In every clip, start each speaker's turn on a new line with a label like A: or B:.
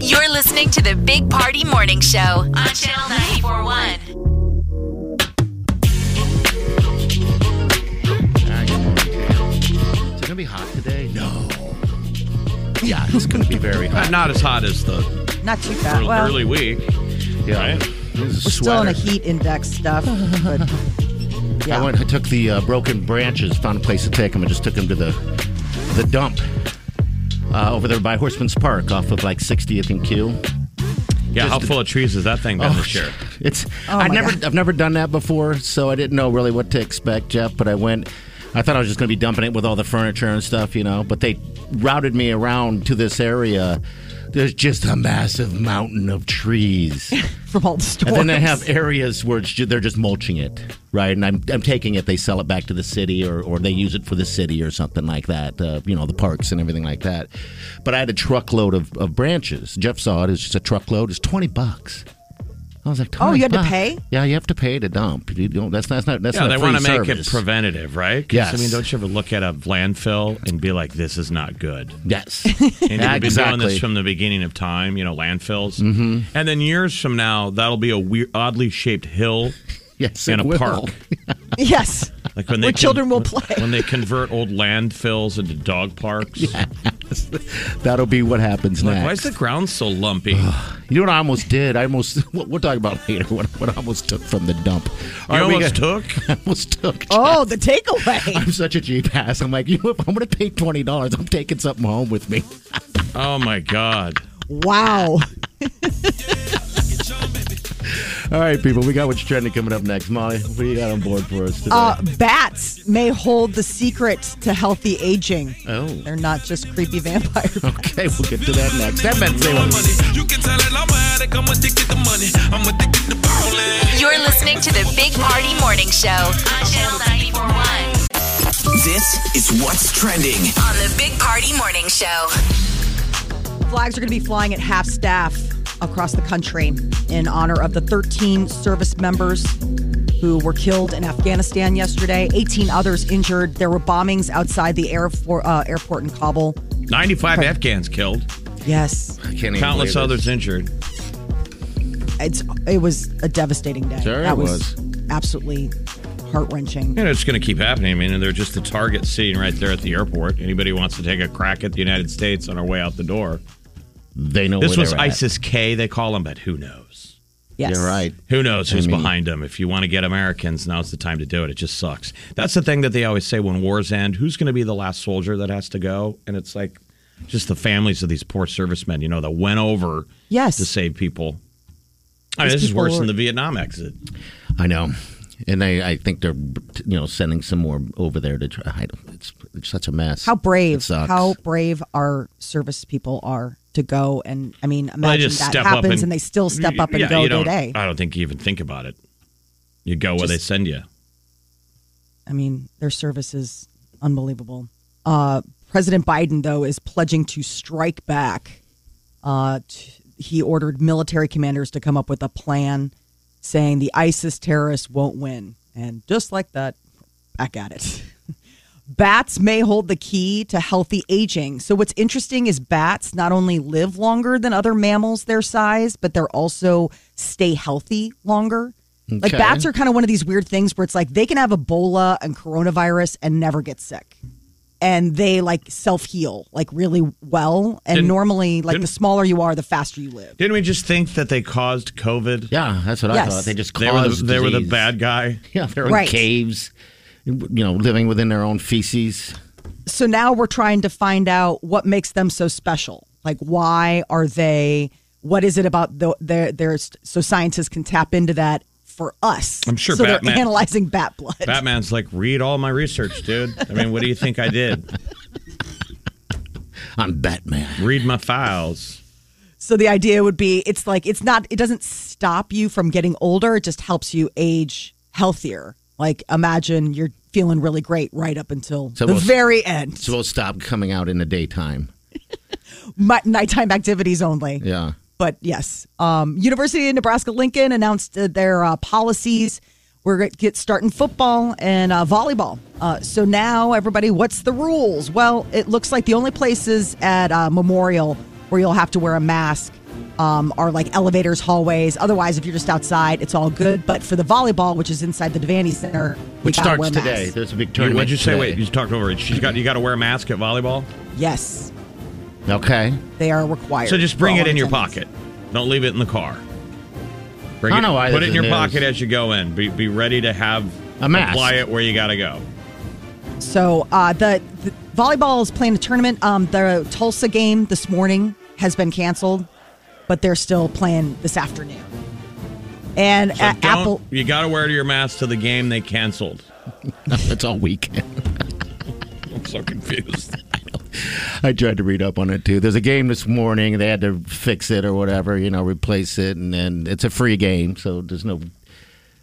A: You're listening to the Big Party Morning Show on Channel 941.
B: Is it gonna be hot today? No. Yeah, it's gonna be very hot.
C: Not as hot as the
D: Not too bad.
C: early,
D: Well,
C: early week.
B: Yeah.
C: Right?
B: This is
D: we're
B: a
D: still in
B: sweater.
D: the heat index stuff. But yeah.
B: I went. I took the uh, broken branches. Found a place to take them, and just took them to the the dump uh, over there by Horseman's Park, off of like 60th and Q.
C: Yeah, how full of trees has that thing been this year?
B: Oh, It's
D: Oh,
B: I've
D: my
B: never
D: God.
B: I've never done that before, so I didn't know really what to expect, Jeff. But I went. I thought I was just going to be dumping it with all the furniture and stuff, you know. But they routed me around to this area. There's just a massive mountain of trees,
D: from all the stores.
B: and then they have areas where it's ju- they're just mulching it, right? And I'm I'm taking it. They sell it back to the city, or or they use it for the city or something like that. Uh, you know, the parks and everything like that. But I had a truckload of, of branches. Jeff saw it. It's just a truckload. It's twenty bucks. I was like,
D: Oh, you had
B: 20
D: to
B: bucks.
D: pay?
B: Yeah, you have to pay to dump. You don't, that's that's not that's
C: Yeah,
B: not
C: they
B: free
C: want to make it
B: service.
C: preventative, right? 'Cause, I
B: Yes.
C: mean, don't you ever look at a landfill and be like, "This is not good."
B: Yes,
C: And
B: Yeah,
C: we've been doing
B: exactly.
C: this from the beginning of time, you know, landfills. Mm-hmm. And then years from now, that'll be a weird, oddly shaped hill
B: yes,
C: in
B: it
C: a
B: will.
C: park.
D: yes.
C: Like when
D: Where children will play.
C: When they convert old landfills into dog parks.
B: That'll be what happens
C: Like,
B: next.
C: why is the ground so lumpy?
B: You know what I almost did? I almost. We'll, we'll talk about later what, what I almost took from the dump. All
C: you
B: right, we
C: almost
B: got-
C: took?
B: I almost took.
D: Oh, the takeaway.
B: I'm such a cheap ass. I'm like, you know, if I'm going to pay twenty dollars, I'm taking something home with me.
C: Oh my God.
D: Wow.
B: All right, people, we got what's trending coming up next. Molly, what do you got on board for us today?
D: Uh, bats may hold the secret to healthy aging.
B: oh,
D: They're not just creepy vampires.
B: okay, we'll get to that next. That meant they were-
E: You can tell it I'm addict, I'm addicted to money. I'm addicted to ballin'.
A: You're listening to the Big Party Morning Show on Channel 941.
F: This is what's trending.
A: On the Big Party Morning Show.
D: Flags are going to be flying at half staff across the country in honor of the 13 service members who were killed in Afghanistan yesterday, 18 others injured. There were bombings outside the air for, uh, airport in Kabul.
C: 95 Afghans killed,
D: Yes,
B: I can't even
C: countless
B: believe it.
C: others injured.
D: it's it was a devastating day.
B: Sure it
D: that was, absolutely heart wrenching.
C: You know, it's going to keep happening. I mean, they're just the target sitting right there at the airport. Anybody who wants to take a crack at the United States on our way out the door.
B: They know
C: This
B: where
C: was
B: they're at.
C: ISIS K, they call them, but who knows?
D: Yes,
B: You're right.
C: Who knows who's
B: I mean-
C: behind them? If you want to get Americans, now's the time to do it. It just sucks. That's the thing that they always say when wars end who's going to be the last soldier that has to go? And it's like just the families of these poor servicemen, you know, that went over
D: Yes.
C: to save people. I mean,
D: These
C: this is
D: people
C: worse
D: were-
C: than the Vietnam exit.
B: I know, and I, I think they're you know sending some more over there to try. I don't, it's, it's such a mess.
D: How
B: It
D: brave!
B: sucks.
D: How brave our service people are to go and I mean, imagine
C: Well, they just
D: that
C: step
D: happens
C: up and,
D: they still step up and
C: Yeah,
D: go
C: you
D: their
C: don't-
D: day.
C: I don't think you even think about it. You go where they
D: Just-
C: send you.
D: I mean, their service is unbelievable. Uh, President Biden, though, is pledging to strike back. Uh, t- he ordered military commanders to come up with a plan saying the ISIS terrorists won't win. And just like that, back at it. Bats may hold the key to healthy aging. So, what's interesting is bats not only live longer than other mammals their size, but they're also stay healthy longer. Like,
B: Okay.
D: bats are kind of one of these weird things where it's like they can have Ebola and coronavirus and never get sick. And they like self heal like really well. And
C: Didn't-
D: normally, like the
C: didn't-
D: smaller you are, the faster you live.
C: Didn't we just think that they caused COVID?
B: Yeah, that's what
D: Yes.
B: I thought. They just
C: They were
B: caused
C: the, they were the
B: disease.
C: bad guy.
B: Yeah, they're in
D: Right.
B: caves. You know, living within their own feces.
D: so now we're trying to find out what makes them so special. Like, why are they? What is it about the, their their so scientists can tap into that for us?
C: I'm sure
D: So
C: Batman-
D: they're analyzing bat blood.
C: Batman's like, read all my research, dude. I mean, what do you think I did?
B: I'm Batman.
C: Read my files.
D: So the idea would be it's like it's not it doesn't stop you from getting older, it just helps you age healthier. Like imagine you're feeling really great right up until
B: So
D: the
B: most-
D: very end.
B: So it'll stop coming out in the daytime.
D: Mi- nighttime activities only.
B: Yeah.
D: But yes, um, University of Nebraska Lincoln announced uh, their uh, policies. We're going to get starting football and uh, volleyball. Uh, so now, everybody, what's the rules? Well, it looks like the only places at uh, Memorial where you'll have to wear a mask um, are like elevators, hallways. Otherwise, if you're just outside, it's all good. But for the volleyball, which is inside the Devaney Center, we
B: Which
D: gotta
B: starts
D: wear masks.
B: today. There's a big
C: You-
B: tournament.
C: what'd you say?
B: today.
C: Wait, you talked over it. She's got you got to wear a mask at volleyball.
D: Yes,
B: Okay.
D: they are required.
C: So just bring
D: for
C: it
D: all
C: in your
D: attendance.
C: pocket. Don't leave it in the car. Bring
B: I
C: it,
B: know why
C: put
B: this
C: it in
B: is
C: your
B: news.
C: pocket as you go in. Be, be ready to have
B: A mask.
C: Apply it where you got to go.
D: So uh, the, the volleyball is playing a tournament. Um, the Tulsa game this morning has been canceled, but they're still playing this afternoon. And
C: So
D: uh,
C: don't-
D: Apple,
C: you got to wear your mask to the game they canceled.
B: That's all weekend.
C: I'm so confused.
B: I tried to read up on it too. There's a game this morning. They had to fix it or whatever, you know, replace it, and, and it's a free game, so there's no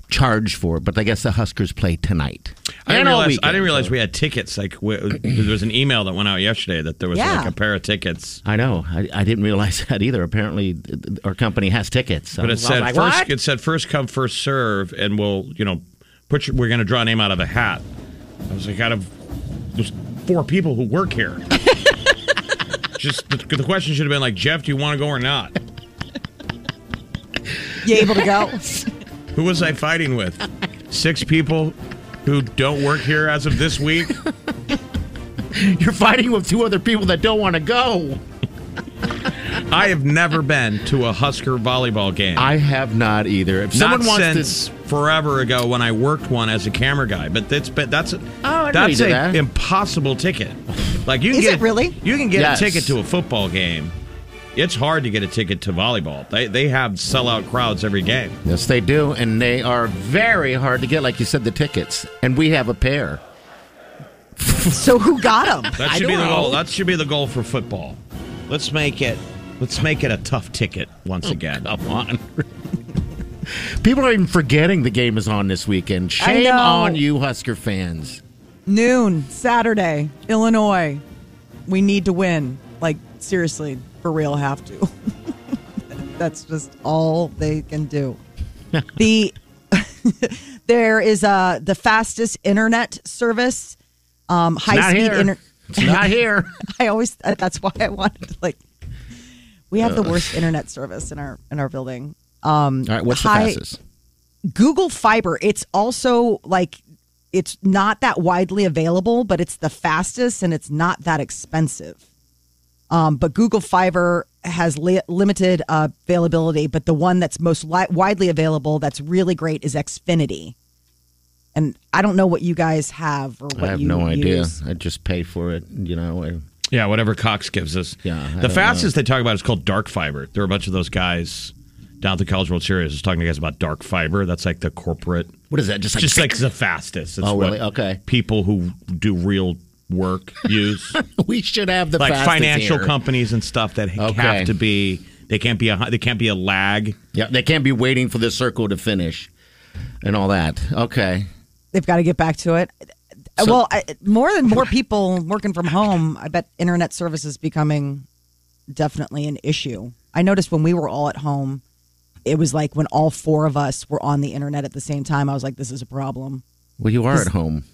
B: charge for it. But I guess the Huskers play tonight.
C: I
B: And
C: didn't,
B: all
C: realize, I
B: weekend,
C: didn't realize
B: so-
C: we had tickets. Like we, uh, there was an email that went out yesterday that there was
D: Yeah.
C: like a pair of tickets,
B: I know. I, I didn't realize that either. Apparently, th- th- our company has tickets. So I
C: but it
B: was
C: said
B: like,
C: first.
B: "What?"
C: It said first come first serve, and we'll you know put your, we're going to draw a name out of a hat. I was like, out of there's four people who work here. Just the, the question should have been like, Jeff, do you want to go or not?
D: you able to go?
C: Who was I fighting with? Six people who don't work here as of this week.
B: You're fighting with two other people that don't want to go.
C: I have never been to a Husker volleyball game.
B: I have not either. If someone
C: Not
B: wants
C: since forever ago when I worked one as a camera guy, but that's but that's a,
B: Oh, I didn't know you
C: that's
B: did
C: a
B: that.
C: impossible ticket. Like you can
D: Is
C: get
D: it really?
C: you can get
B: Yes.
C: a ticket to a football game. It's hard to get a ticket to volleyball. They they have sellout crowds every game.
B: to, yes, they do, and they are very hard to get. Like you said, the tickets, and we have a pair.
D: so who got them?
C: That
B: I
C: should be
B: don't
C: the goal.
B: know.
C: That should be the goal for football. Let's make it. Let's make it a tough ticket once again.
B: Oh, Come on. People are even forgetting the game is on this weekend.
D: I
B: Shame
D: know.
B: on you, Husker fans.
D: Noon Saturday, Illinois. We need to win. Like seriously, for real, have to. That's just all they can do. the there is uh the fastest internet service, um, high
B: Not
D: speed
B: here.
D: internet.
B: It's not here.
D: I always uh, that's why I wanted to like we have the worst internet service in our in our building. Um
B: All right, what's the
D: high-
B: fastest?
D: Google Fiber. It's also like it's not that widely available, but it's the fastest and it's not that expensive. Um, but Google Fiber has li- limited uh, availability, but the one that's most li- widely available that's really great is Xfinity. And I don't know what you guys have or what
B: I have
D: you
B: no idea.
D: use.
B: I just pay for it, you know. I-
C: Yeah, whatever Cox gives us.
B: Yeah, I
C: the
B: don't
C: fastest they talk about is called dark fiber. There are a bunch of those guys down at the College World Series was talking to guys about dark fiber. That's like the corporate,
B: What is that? Just like,
C: just like the fastest. It's
B: Oh, really?
C: what
B: Okay.
C: People who do real work use
B: we should have the
C: like
B: fastest
C: financial
B: here.
C: companies and stuff that
B: Okay.
C: have to be. They can't be a. They can't be a lag.
B: Yeah, they can't be waiting for the circle to finish and all that. Okay.
D: They've got to get back to it. Uh,
B: So-
D: well, I, more than more people working from home, I bet internet service is becoming definitely an issue. I noticed when we were all at home, it was like when all four of us were on the internet at the same time. I was like, this is a problem.
B: Well, you are at home.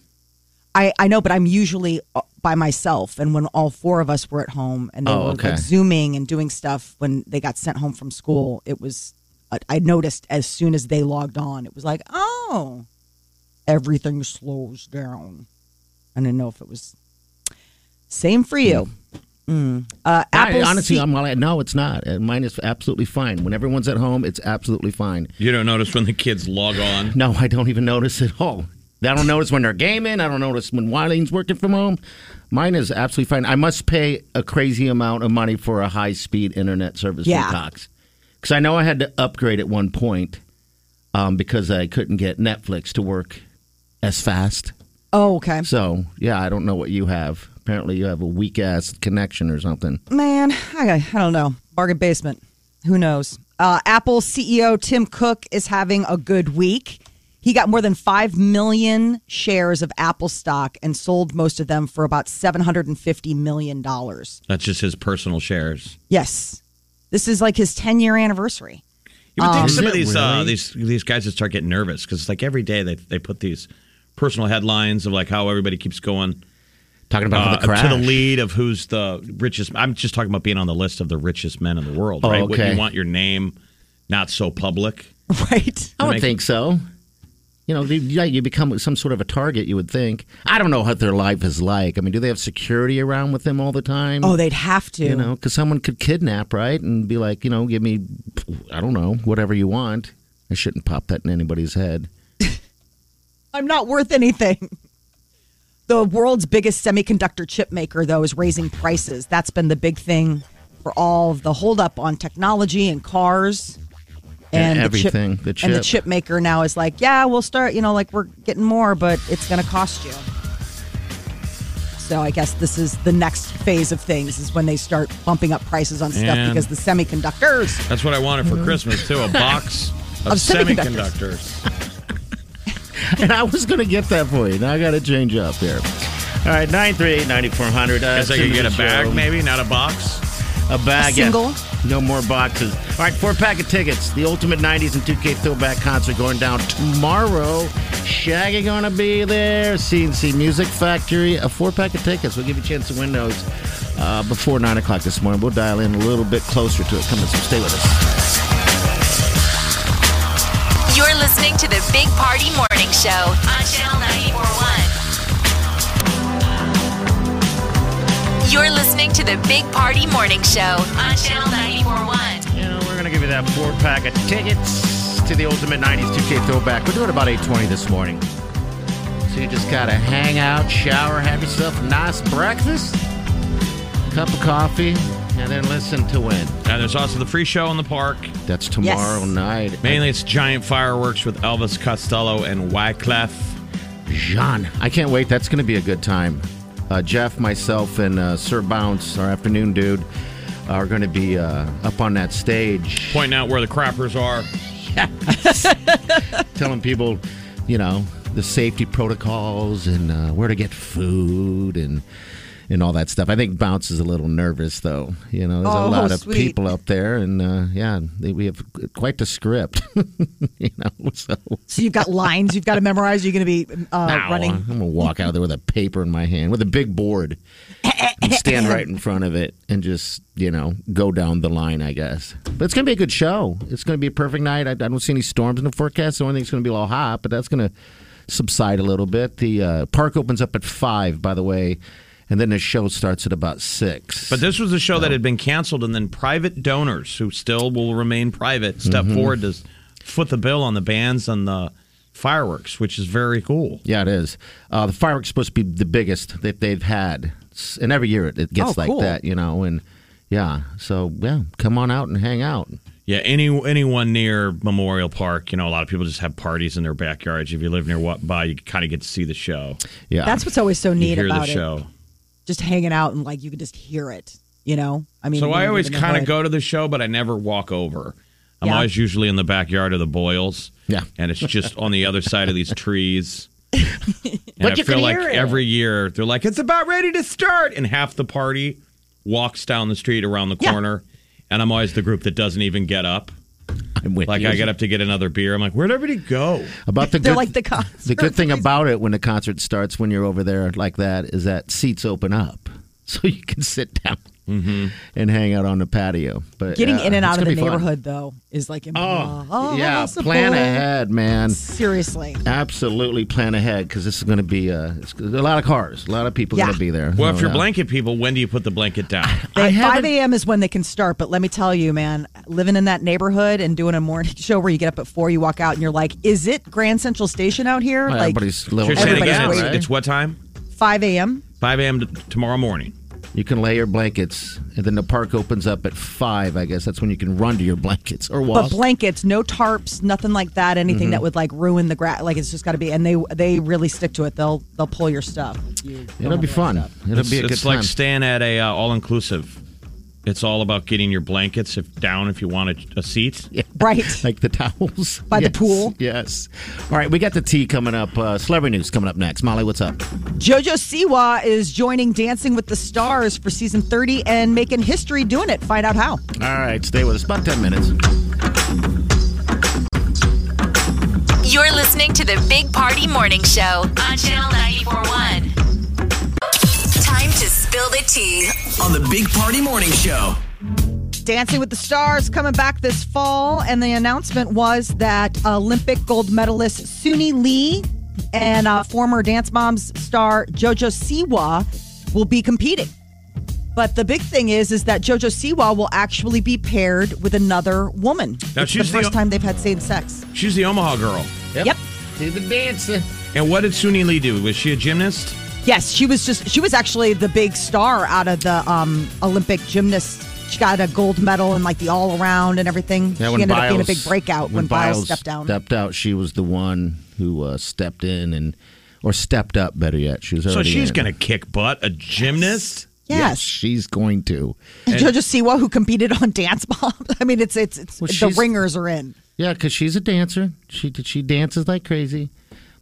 D: I, I know, but I'm usually uh, by myself. And when all four of us were at home and they
B: Oh,
D: were
B: okay.
D: like Zooming and doing stuff when they got sent home from school, it was, I- I noticed as soon as they logged on, it was like, oh, everything slows down. I didn't know if it was same for you. Mm. Uh, Apple
B: Hmm. I, honestly,
D: C-
B: I'm all like, no, it's not. And Mine is absolutely fine. When everyone's at home, it's absolutely fine.
C: You don't notice when the kids log on.
B: No, I don't even notice at all. I don't notice when they're gaming. I don't notice when Wiley's working from home. Mine is absolutely fine. I must pay a crazy amount of money for a high speed internet service
D: Yeah.
B: from Cox. Because I know I had to upgrade at one point um, because I couldn't get Netflix to work as fast.
D: Oh, okay.
B: So, yeah, I don't know what you have. Apparently, you have a weak ass connection or something.
D: Man, I, I don't know. Bargain basement. Who knows? Uh, Apple CEO Tim Cook is having a good week. He got more than 5 million shares of Apple stock and sold most of them for about $750 million.
C: That's just his personal shares.
D: Yes. This is like his 10 year anniversary.
C: You
D: Um,
C: would think some of
B: Is it
C: these uh,
B: really?
C: these these guys would start getting nervous because like every day they they put these personal headlines of like how everybody keeps going
B: Talking about
C: uh,
B: the crash.
C: to the lead of who's the richest. I'm just talking about being on the list of the richest men in the world,
B: Oh,
C: right? Wouldn't
B: okay.
C: you want your name not so public?
D: Right?
B: I would
C: make-
B: think so. You know, they- yeah, you become some sort of a target. You would think. I don't know what their life is like. I mean, do they have security around with them all the time?
D: Oh, they'd have to.
B: you know, because someone could kidnap, right, and be like, you know, give me, I don't know, whatever you want. I shouldn't pop that in anybody's head.
D: I'm not worth anything. The world's biggest semiconductor chip maker, though, is raising prices. That's been the big thing for all of the holdup on technology and cars
B: And
D: The
B: everything,
D: chip,
B: the
D: And the
B: chip.
D: chip maker now is like, yeah, we'll start, you know, like we're getting more, but it's going to cost you. So I guess this is the next phase of things is when they start bumping up prices on stuff
C: And-
D: because the semiconductors.
C: That's what I wanted for Christmas too—a box
D: Of
C: of, semiconductors.
D: semiconductors.
B: And I was going to get that for you. Now I got to change up here. All right, 938 9400.
C: Guess I could get a bag, maybe not a box.
B: A bag.
D: A single?
B: yeah. No more boxes. All right, four pack of tickets. The Ultimate 90s and 2K Throwback Concert going down tomorrow. Shaggy going to be there. CNC Music Factory. A four pack of tickets. We'll give you a chance to win those uh, before 9 o'clock this morning. We'll dial in a little bit closer to it. Come on, so stay with us.
A: You're listening to the Big Party Morning Show on Channel 941. You're listening to the Big Party Morning Show on Channel 941.
B: You know, we're going to give you that four pack of tickets to the Ultimate 90s 2K Throwback. We're doing about 820 this morning. So you just got to hang out, shower, have yourself a nice breakfast, cup of coffee, and then listen to win.
C: And there's also the free show in the park.
B: That's tomorrow night.
C: Mainly, it's giant fireworks with Elvis Costello and Wyclef.
B: Jean, I can't wait. That's going to be a good time. Uh, Jeff, myself, and uh, Sir Bounce, our afternoon dude, are going to be uh, up on that stage
C: Pointing out where the crappers are.
B: telling people, you know, the safety protocols and uh, where to get food and and all that stuff. I think Bounce is a little nervous, though. You know, there's
D: Oh,
B: a lot of
D: sweet.
B: people up there, and uh, yeah, they, we have quite the script. you know, so
D: So you've got lines you've got to memorize. You're going to be uh,
B: Ow.
D: running
B: I'm gonna walk out of there with a paper in my hand, with a big board, and stand right in front of it, and just you know go down the line, I guess. But it's gonna be a good show. It's gonna be a perfect night. I, I don't see any storms in the forecast. The only thing it's gonna be a little hot, but that's gonna subside a little bit. The uh, park opens up at five, by the way, and then the show starts at about six.
C: But this was a show that had been canceled, and then private donors who still will remain private step forward to foot the bill on the bans and the fireworks, which is very cool.
B: Yeah, it is. Uh, the fireworks supposed to be the biggest that they've had, S- and every year it, it gets
D: Oh,
B: like
D: cool.
B: that, you know. And yeah, so yeah, come on out and hang out.
C: Yeah, any anyone near Memorial Park, you know, a lot of people just have parties in their backyards. If you live near what by, you kind of get to see the show,
B: Yeah,
D: That's what's always so
C: you
D: neat
C: hear
D: about
C: the
D: it.
C: show.
D: Just hanging out and like you can just hear it. You know, I mean.
C: So
D: when
C: I
D: you
C: always
D: live in the
C: kind of
D: hood.
C: go to the show, but I never walk over. I'm
D: Yeah.
C: always usually in the backyard of the Boyles.
B: Yeah.
C: And it's just on the other side of these trees. And
B: But
C: I
B: you
C: feel
B: can
C: like
B: hear it.
C: every year they're like, it's about ready to start. And half the party walks down the street around the
D: Yeah.
C: corner. And I'm always the group that doesn't even get up.
B: I'm with
C: Like
B: you.
C: I get up to get another beer. I'm like, where'd everybody go?
B: About the
D: They're
B: good,
D: like the concert.
B: the good thing about it when the concert starts when you're over there like that is that seats open up, so you can sit down
C: Mm-hmm.
B: and hang out on the patio. But
D: Getting
B: yeah,
D: in and
B: it's
D: out of
B: gonna
D: the
B: be fun.
D: neighborhood though is like
B: Oh,
D: impossible.
B: yeah, plan ahead, man.
D: Seriously,
B: Absolutely plan ahead because this is going to be uh, it's a lot of cars, a lot of people
D: Yeah.
B: going to be there.
C: Well, if
B: no
C: you're
B: doubt.
C: blanket people, when do you put the blanket down?
B: I
D: They-
B: haven't-
D: five a.m. is when they can start. But let me tell you, man, living in that neighborhood and doing a morning show where you get up at four, you walk out, and you're like, "Is it Grand Central Station out here?"
B: Well,
D: like
B: everybody's a little
C: You're saying
D: Everybody's
C: again, it's,
D: waiting.
C: it's what time?
D: five a.m.
C: 5 a.m. t- tomorrow morning.
B: You can lay your blankets, and then the park opens up at five. I guess that's when you can run to your blankets or walk.
D: But blankets, no tarps, nothing like that. Anything
B: Mm-hmm.
D: that would like ruin the grass, like it's just got to be. And they they really stick to it. They'll they'll pull your stuff. You
B: It'll be fun. It'll
C: It's,
B: be a good
C: it's like
B: time.
C: staying at a uh, all inclusive. It's all about getting your blankets if down if you want a, a seat.
D: right.
B: like the towels
D: By the pool.
B: Yes. All right, we got the tea coming up. Uh, celebrity news coming up next. Molly, what's up?
D: Jojo Siwa is joining Dancing with the Stars for season 30 and making history doing it. Find out how.
B: All right, stay with us. About ten minutes.
A: You're listening to the Big Party Morning Show on Channel 941. Time to spill the tea.
F: on the Big Party Morning Show.
D: Dancing with the Stars coming back this fall, and the announcement was that Olympic gold medalist Suni Lee and uh, former Dance Moms star JoJo Siwa will be competing. But the big thing is, is that JoJo Siwa will actually be paired with another woman.
C: Now,
D: it's the
C: she's the-
D: first time they've had same sex.
C: She's the Omaha girl.
D: Yep.
B: To the dancing.
C: And what did Suni Lee do? Was she a gymnast?
D: Yes, she was just she was actually the big star out of the um, Olympic gymnast. She got a gold medal and like the all around and everything.
B: Yeah,
D: she
B: when
D: ended up being a
B: Biles-
D: big breakout when, Biles, stepped down.
B: Stepped out. She was the one who uh, stepped in and, or stepped up, better yet. She was
C: So
B: already
C: she's
B: in.
C: going to kick butt. A gymnast?
D: yes.
B: she's going to.
D: And Jojo Siwa, who competed on Dance Bomb. I mean, it's it's, it's
B: Well,
D: the
B: she's-
D: ringers are in.
B: Yeah, because she's a dancer. She she dances like crazy.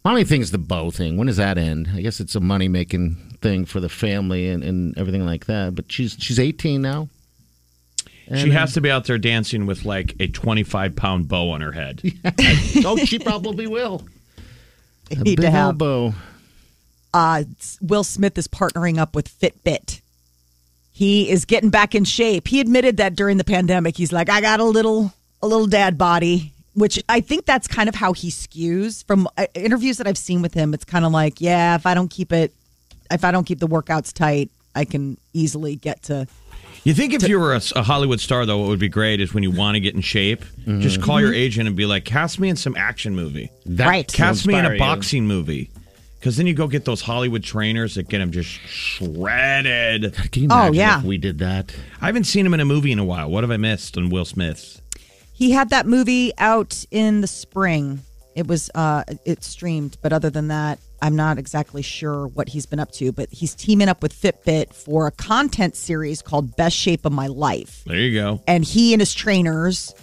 B: My only thing is the bow thing. When does that end? I guess it's a money making thing for the family and, and everything like that. But she's she's 18 now.
C: She has to be out there dancing with like a 25 pound bow on her head.
B: Oh, she probably will.
D: They
B: A
D: need
B: big
D: to have.
B: old bow.
D: Uh, Will Smith is partnering up with Fitbit. He is getting back in shape. He admitted that during the pandemic, he's like, I got a little a little dad body, which I think that's kind of how he skews. From uh, interviews that I've seen with him, it's kind of like, yeah, if I don't keep it, if I don't keep the workouts tight, I can easily get to.
C: You think if you were a, s- a Hollywood star, though, what would be great is when you want to get in shape,
B: Mm-hmm.
C: just call your agent and be like, cast me in some action movie,
B: That
D: Right.
B: will
C: cast me in
B: inspire
C: a
B: you.
C: boxing movie. Because then you go get those Hollywood trainers that get them just shredded.
B: Can you
D: Oh,
B: imagine
D: yeah.
B: if we did that?
C: I haven't seen him in a movie in a while. What have I missed on Will Smith's?
D: He had that movie out in the spring. It was uh it streamed, but other than that, I'm not exactly sure what he's been up to, but he's teaming up with Fitbit for a content series called Best Shape of My Life.
C: There you go.
D: And he and his trainers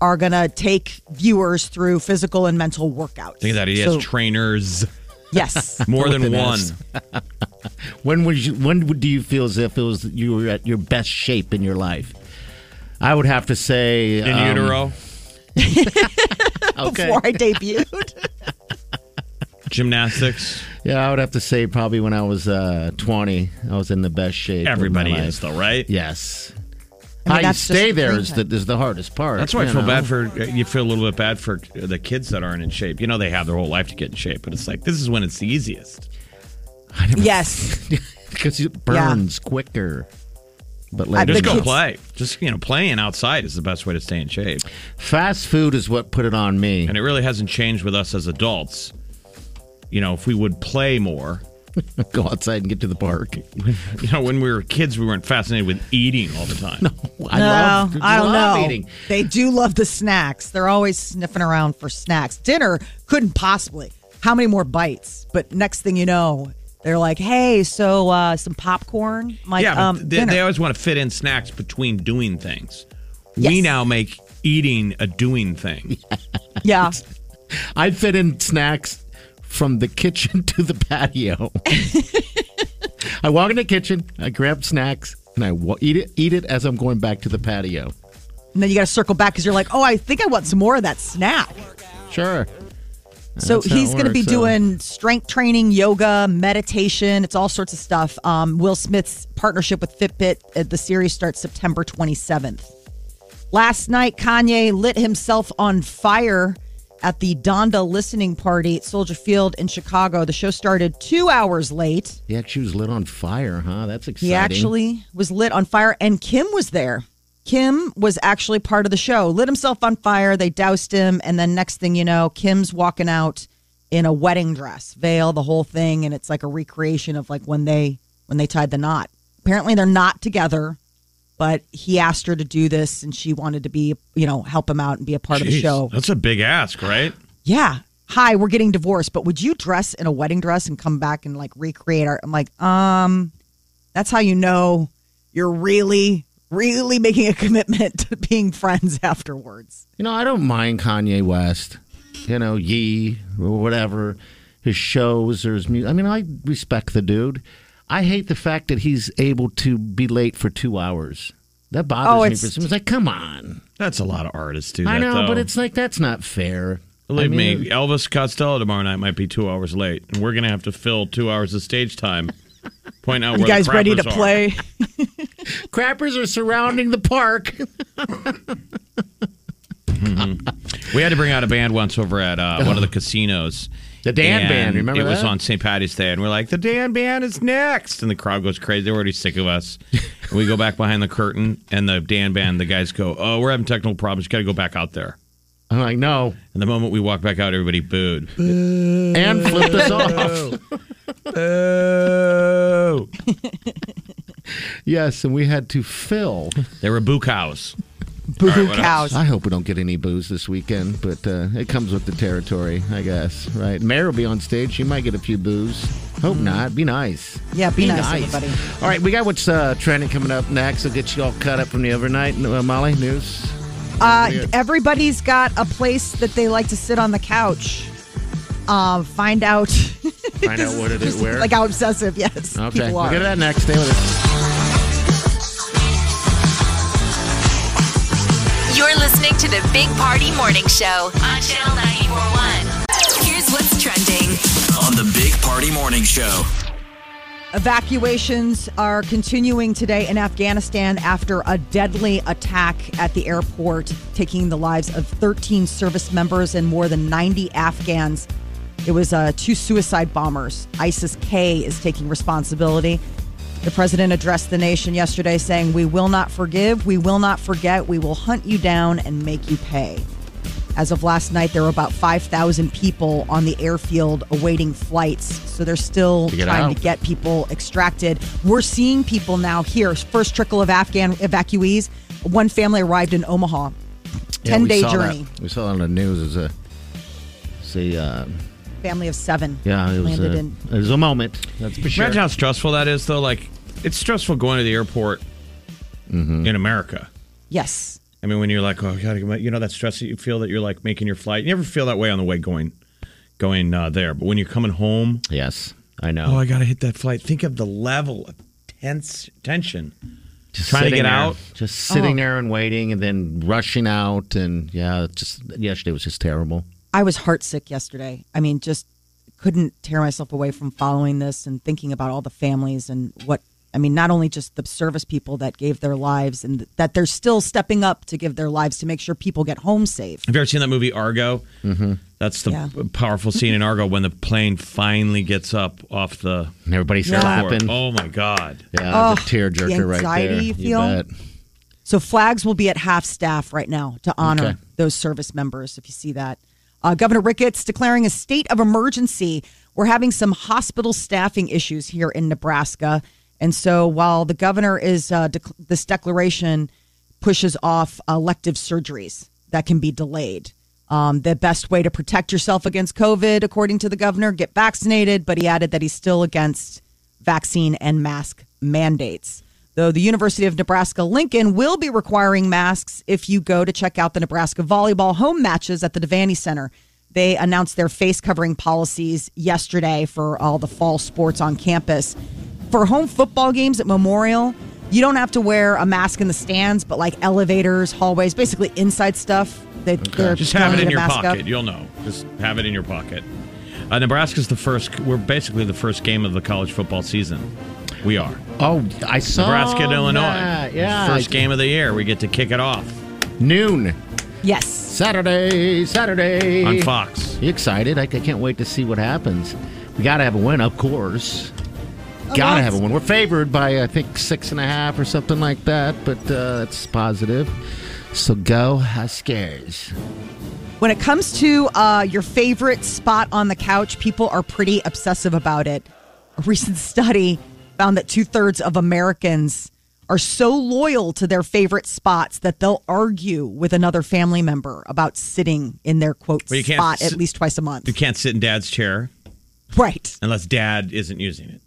D: are going to take viewers through physical and mental workouts.
C: Think of that. He has
D: So,
C: trainers,
D: Yes.
C: more than
B: With an
C: one.
B: S. When would you, when would, do you feel as if it was you were at your best shape in your life? I would have to say
C: In
B: um,
C: utero,
B: Okay.
D: Before I debuted.
C: gymnastics.
B: Yeah, I would have to say probably when I was uh, 20, I was in the best shape. of
C: Everybody
B: my
C: is,
B: life.
C: though, right?
B: Yes.
D: I mean,
B: How you
D: that's just
B: stay there
D: dream
B: is the,
D: time.
B: is the hardest part.
C: That's why I
B: you
C: feel
B: know?
C: bad for uh, you. Feel a little bit bad for the kids that aren't in shape. You know, they have their whole life to get in shape, but it's like this is when it's the easiest.
D: Yes.
B: because it burns quicker. But later,
C: Just
D: The
C: go
D: kids-
C: play. Just you know, playing outside is the best way to stay in shape,
B: fast food is what put it on me.
C: and it really hasn't changed with us as adults. You know, if we would play more,
B: Go outside and get to the park.
C: you know, when we were kids, we weren't fascinated with eating all the time.
B: I
D: No,
B: love,
D: I don't
B: love
D: know.
B: eating.
D: They do love the snacks. They're always sniffing around for snacks. Dinner couldn't possibly. How many more bites? But next thing you know, they're like, "Hey, so uh, some popcorn." I'm Like,
C: yeah, but
D: um,
C: they,
D: dinner.
C: they always want to fit in snacks between doing things. We
D: Yes.
C: now make eating a doing thing.
D: yeah.
B: I fit in snacks from the kitchen to the patio. I walk in the kitchen, I grab snacks, and I wa- eat it. Eat it as I'm going back to the patio.
D: And then you got to circle back because you're like, "Oh, I think I want some more of that snack."
B: Sure.
D: So
B: That's how it
D: he's going to be
B: works, so-
D: doing strength training, yoga, meditation. It's all sorts of stuff. Um, Will Smith's partnership with Fitbit, uh, the series starts September 27th. Last night, Kanye lit himself on fire at the Donda listening party at Soldier Field in Chicago. The show started two hours late.
B: Yeah, she was lit on fire, huh? That's exciting.
D: He actually was lit on fire, and Kim was there. Kim was actually part of the show. Lit himself on fire. They doused him, and then next thing you know, Kim's walking out in a wedding dress, veil, the whole thing, and it's like a recreation of like when they when they tied the knot apparently they're not together, but he asked her to do this and she wanted to be, you know, help him out and be a part of the
C: Jeez,
D: show.
C: That's a big ask, right?
D: Yeah. Hi, we're getting divorced, but would you dress in a wedding dress and come back and like recreate our I'm like, um, that's how you know you're really, really making a commitment to being friends afterwards.
B: You know, I don't mind Kanye West, you know, Yee, or whatever, his shows or his music. I mean, I respect the dude. I hate the fact that he's able to be late for two hours. That bothers
D: Oh,
B: me
D: it's-
B: for some. It's like, come on.
C: That's a lot of artists do that.
B: I know,
C: though.
B: but it's like, that's not fair.
C: Believe
B: I mean-
C: me, Elvis Costello tomorrow night might be two hours late, and we're going to have to fill two hours of stage time. Point out
D: You
C: where the
D: guys ready to
C: crappers are.
D: play?
B: Crappers are surrounding the park.
C: We had to bring out a band once over at uh, one of the casinos.
B: The Dan
C: And
B: Band, remember
C: It was
B: that?
C: on St. Patty's Day, and we're like, the Dan Band is next. And the crowd goes crazy. They're already sick of us. And we go back behind the curtain, and the Dan Band, the guys go, oh, we're having technical problems. You got to go back out there.
B: I'm like, no.
C: And the moment we walk back out, everybody booed.
B: And flip this off.
C: Boo!
B: yes, and we had to fill.
C: They were boo cows.
D: Boo hoo
C: what
D: cows.
B: I hope we don't get any booze this weekend, but uh, it comes with the territory, I guess. Right? Mayor will be on stage. She might get a few boos. Hope not. Be nice.
D: Mm-hmm. Yeah, be nice, everybody.
B: All right, we got what's uh, trending coming up next. I'll get you all caught up from the overnight. Uh, Molly, news.
D: Uh, everybody's got a place that they like to sit on the couch. Uh, find out.
B: Find out what it is. Where?
D: like how obsessive, yes.
B: okay,
D: people
B: we'll
D: are.
B: get to that next. Stay with us.
A: You're listening to the Big Party Morning Show on Channel 941. Here's what's trending.
F: On the Big Party Morning Show.
D: Evacuations are continuing today in Afghanistan after a deadly attack at the airport, taking the lives of 13 service members and more than 90 Afghans. It was uh, two suicide bombers. ISIS K is taking responsibility. The president addressed the nation yesterday saying, We will not forgive, we will not forget, we will hunt you down and make you pay. As of last night, there were about 5,000 people on the airfield awaiting flights. So they're still
B: get
D: trying
B: out.
D: to get people extracted. We're seeing people now here. First trickle of Afghan evacuees. One family arrived in Omaha. 10
B: we
D: day
B: saw that.
D: journey.
B: We saw that on the news. It was a see, uh,
D: Family of seven.
B: yeah, it was uh,
D: landed
B: a,
D: in.
B: it was a moment. That's for sure.
C: Imagine how stressful that is, though. Like, it's stressful going to the airport
B: Mm-hmm.
C: in America.
D: Yes.
C: I mean, when you're like, oh, God, you know that stress that you feel that you're like making your flight. You never feel that way on the way going, going uh, there. But when you're coming home,
B: yes, I know.
C: oh, I got to hit that flight. Think of the level of tense tension.
B: just
C: Trying to
B: sitting
C: get
B: there,
C: out. Oh.
B: just sitting there and waiting, and then rushing out, and yeah, it's just yesterday was just terrible.
D: I was heartsick yesterday. I mean, just couldn't tear myself away from following this and thinking about all the families and what I mean, not only just the service people that gave their lives and that they're still stepping up to give their lives to make sure people get home safe.
C: Have you ever seen that movie Argo? Mm-hmm. That's the
D: Yeah.
C: powerful scene in Argo when the plane finally gets up off the.
B: And everybody's clapping.
C: Oh my God!
B: Yeah, it's
D: Oh,
B: a tearjerker
D: the
B: right there.
D: anxiety you feel.
B: bet.
D: So flags will be at half staff right now to honor
B: Okay.
D: those service members. If you see that, uh, Governor Ricketts declaring a state of emergency. We're having some hospital staffing issues here in Nebraska, and so while the governor is uh, dec- this declaration pushes off elective surgeries that can be delayed. Um, the best way to protect yourself against COVID, according to the governor, get vaccinated. But he added that he's still against vaccine and mask mandates. Though the University of Nebraska Lincoln will be requiring masks if you go to check out the Nebraska volleyball home matches at the Devaney Center. They announced their face covering policies yesterday for all the fall sports on campus. For home football games at Memorial, you don't have to wear a mask in the stands, but like elevators, hallways, basically inside stuff. They, they're
C: Just have
D: telling you
C: it in
D: to
C: your
D: mask
C: pocket.
D: Up.
C: You'll know. Just have it in your pocket. Uh, Nebraska's the first. We're basically the first game of the college football season. We are
B: Oh, I saw
C: Nebraska and Illinois.
B: that. Yeah,
C: first
B: I-
C: game of the year. We get to kick it off
B: noon
D: Yes.
B: Saturday. Saturday
C: on Fox.
B: You excited? I, I can't wait to see what happens. We got to have a win, of course. Gotta have a win. We're favored by I think six and a half or something like that, but uh, that's positive. So go Huskers.
D: When it comes to uh, your favorite spot on the couch, people are pretty obsessive about it. A recent study found that two thirds of Americans are so loyal to their favorite spots that they'll argue with another family member about sitting in their quote
C: Well, you can't
D: spot at
C: sit-
D: least twice a month.
C: You can't sit in dad's chair
D: Right.
C: unless dad isn't using it.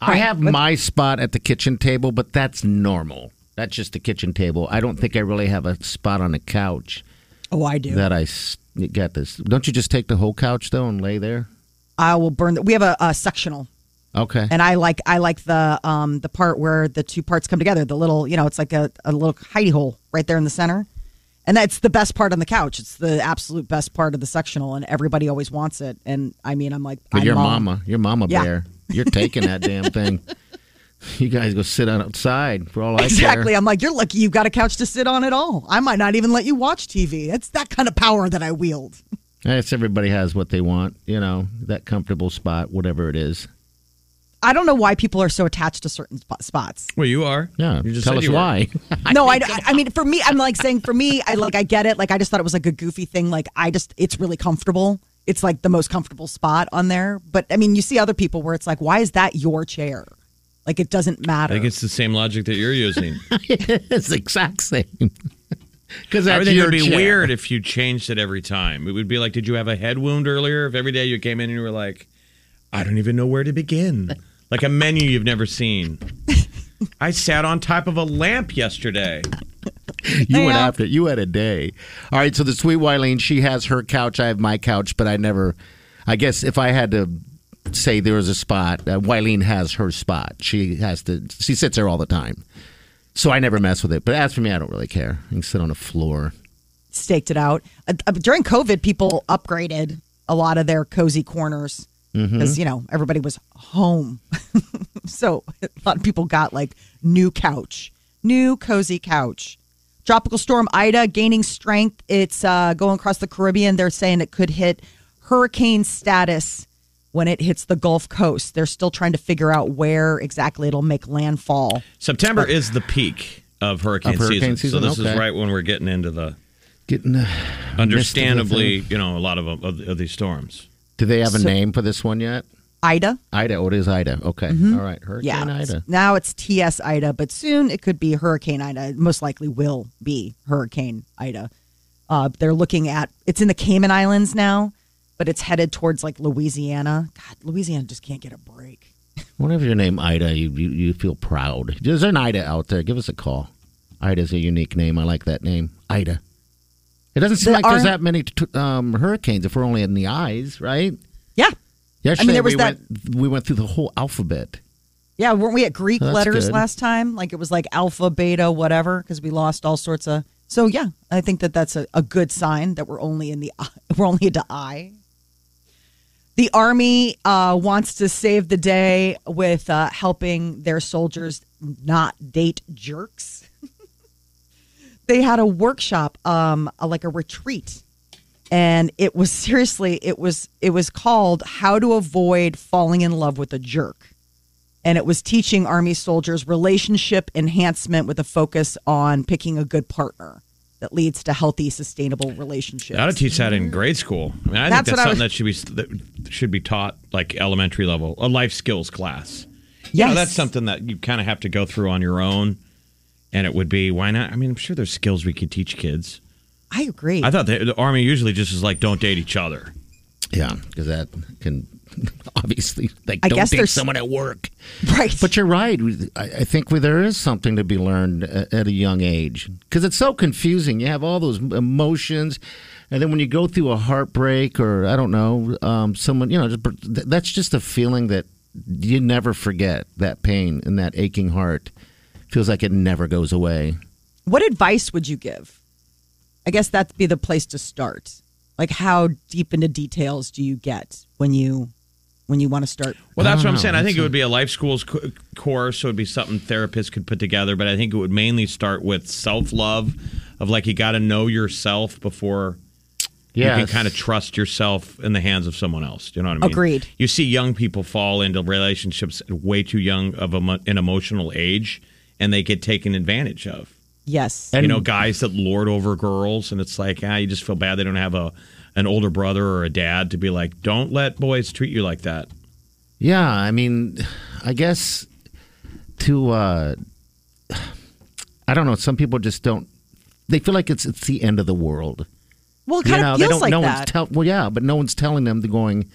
B: I have my spot at the kitchen table, but that's normal. That's just the kitchen table. I don't think I really have a spot on a couch
D: Oh, I do.
B: that I s- got this. Don't you just take the whole couch though and lay there?
D: I will burn. The, we have a, a sectional,
B: Okay.
D: and I like I like the um the part where the two parts come together. The little you know it's like a, a little hidey hole right there in the center, and that's the best part on the couch. It's the absolute best part of the sectional, and everybody always wants it. And I mean, I'm like,
B: But
D: I'm
B: your
D: mom.
B: mama, your mama
D: Yeah.
B: bear, you're taking that damn thing. You guys go sit on outside for all I
D: Exactly.
B: care.
D: I'm like, you're lucky you've got a couch to sit on at all. I might not even let you watch TV. It's that kind of power that I wield.
B: Yes, everybody has what they want, you know, that comfortable spot, whatever it is.
D: I don't know why people are so attached to certain sp- spots.
C: Well, you are.
B: Yeah,
C: You just
B: tell
C: said
B: us
C: you were.
B: why.
D: no, I, I, I mean, for me, I'm like saying, for me, I like, I get it. Like, I just thought it was like a goofy thing. Like, I just, it's really comfortable. It's like the most comfortable spot on there. But I mean, you see other people where it's like, why is that your chair? Like, it doesn't
C: I
D: matter.
C: think it's the same logic that you're using.
B: it's the exact same. Because that's
C: Everything
B: your
C: would be
B: chair.
C: weird if you changed it every time. It would be like, did you have a head wound earlier? If every day you came in and you were like, I don't even know where to begin. Like a menu you've never seen. I sat on top of a lamp yesterday.
B: You went after it. You had a day. All right. So the sweet Wileen, she has her couch. I have my couch, but I never. I guess if I had to say there was a spot, uh, Wileen has her spot. She has to. She sits there all the time. So I never mess with it. But as for me, I don't really care. I can sit on the floor.
D: staked it out. Uh, uh, during COVID, people upgraded a lot of their cozy corners because you know everybody was home, so a lot of people got like new couch, new cozy couch. Tropical storm Ida gaining strength. It's uh, going across the Caribbean. They're saying it could hit hurricane status when it hits the Gulf Coast. They're still trying to figure out where exactly it'll make landfall.
C: September is the peak of hurricane,
B: Of hurricane
C: season.
B: season,
C: So this
B: okay.
C: is right when we're getting into the
B: Getting. Uh,
C: understandably, you know, a lot of of, of these storms.
B: do they have a name for this one yet?
D: Ida.
B: Ida. Oh, it is Ida. Okay. All right. Hurricane
D: Yeah.
B: Ida.
D: Now it's TS Ida, but soon it could be Hurricane Ida. It Most likely will be Hurricane Ida. Uh, they're looking at it's in the Cayman Islands now, but it's headed towards like Louisiana. God, Louisiana just can't get a break.
B: Whatever your name, Ida, you, you, you feel proud. If There's an Ida out there. Give us a call. Ida's a unique name. I like that name. Ida. It doesn't seem
D: There
B: like there's
D: are-
B: that many t- um, hurricanes if we're only in the eyes, right?
D: Yeah,
B: Yesterday
D: there was
B: we,
D: that-
B: went, we went through the whole alphabet.
D: yeah. Weren't we at Greek
B: That's
D: letters
B: good.
D: last time? Like it was like alpha, beta, whatever, because we lost all sorts of. So yeah, I think that that's a, a good sign that we're only in the we're only into I. The army uh, wants to save the day with uh, helping their soldiers not date jerks. they had a workshop, um, uh, like a retreat, and it was seriously, it was it was called "How to Avoid Falling in Love with a Jerk," and it was teaching army soldiers relationship enhancement with a focus on picking a good partner that leads to healthy, sustainable relationships.
C: I ought to teach that in grade school. I, mean, I
D: That's
C: think
D: what
C: that's
D: I
C: something
D: was-
C: that should be that should be taught like elementary level, a life skills class. You know,
D: yes,
C: that's something that you kind of have to go through on your own. And it would be why not? I mean, I'm sure there's skills we could teach kids.
D: I agree.
C: I thought the, the army usually just is like, don't date each other.
B: Yeah, because that can obviously, like,
D: I
B: don't
D: guess
B: date
D: there's-
B: someone at work.
D: right,
B: But you're right. I, I think we, there is something to be learned a- at a young age because it's so confusing. You have all those emotions, and then when you go through a heartbreak or I don't know, um, someone you know, just, th- that's just a feeling that you never forget. That pain and that aching heart feels like it never goes away.
D: what advice would you give? I guess that'd be the place to start. Like how deep into details do you get when you when you want to start?
C: Well,
B: I
C: that's
B: don't
C: what
D: Oh,
C: I'm
B: know.
C: saying. I think
B: That's
C: it would be a life schools co- course. So it'd be something therapists could put together. But I think it would mainly start with self love, of like you got to know yourself before you can kind of trust yourself in the hands of someone else. Do you know what I mean?
D: Agreed.
C: You see young people fall into relationships at way too young of a, mo- an emotional age, and they get taken advantage of.
D: Yes.
C: you
B: And-
C: know, guys that lord over girls, and it's like, ah, you just feel bad they don't have a an older brother or a dad to be like, don't let boys treat you like that.
B: Yeah, I mean, I guess to uh I don't know, some people just don't they feel like it's it's the end of the world.
D: Well, it kind
B: you know,
D: of
B: they
D: feels
B: don't
D: like
B: no
D: that.
B: one's tell well yeah, but no one's telling them they're going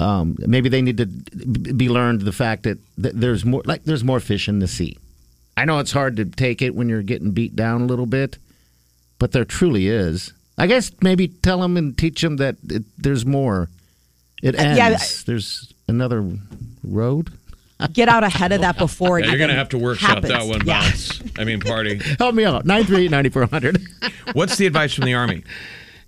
B: um maybe they need to b- be learned the fact that th- there's more like there's more fish in the sea. I know it's hard to take it when you're getting beat down a little bit, but there truly is. I guess maybe tell them and teach them that it, there's more. It ends.
D: Uh, yeah,
B: there's another road.
D: Get out ahead of that before it.
C: Yeah, you're gonna
D: even
C: have to workshop
D: happens.
C: that one,
D: Yeah.
C: bounce. I mean, party.
B: Help me out. 938 9400.
C: What's the advice from the army?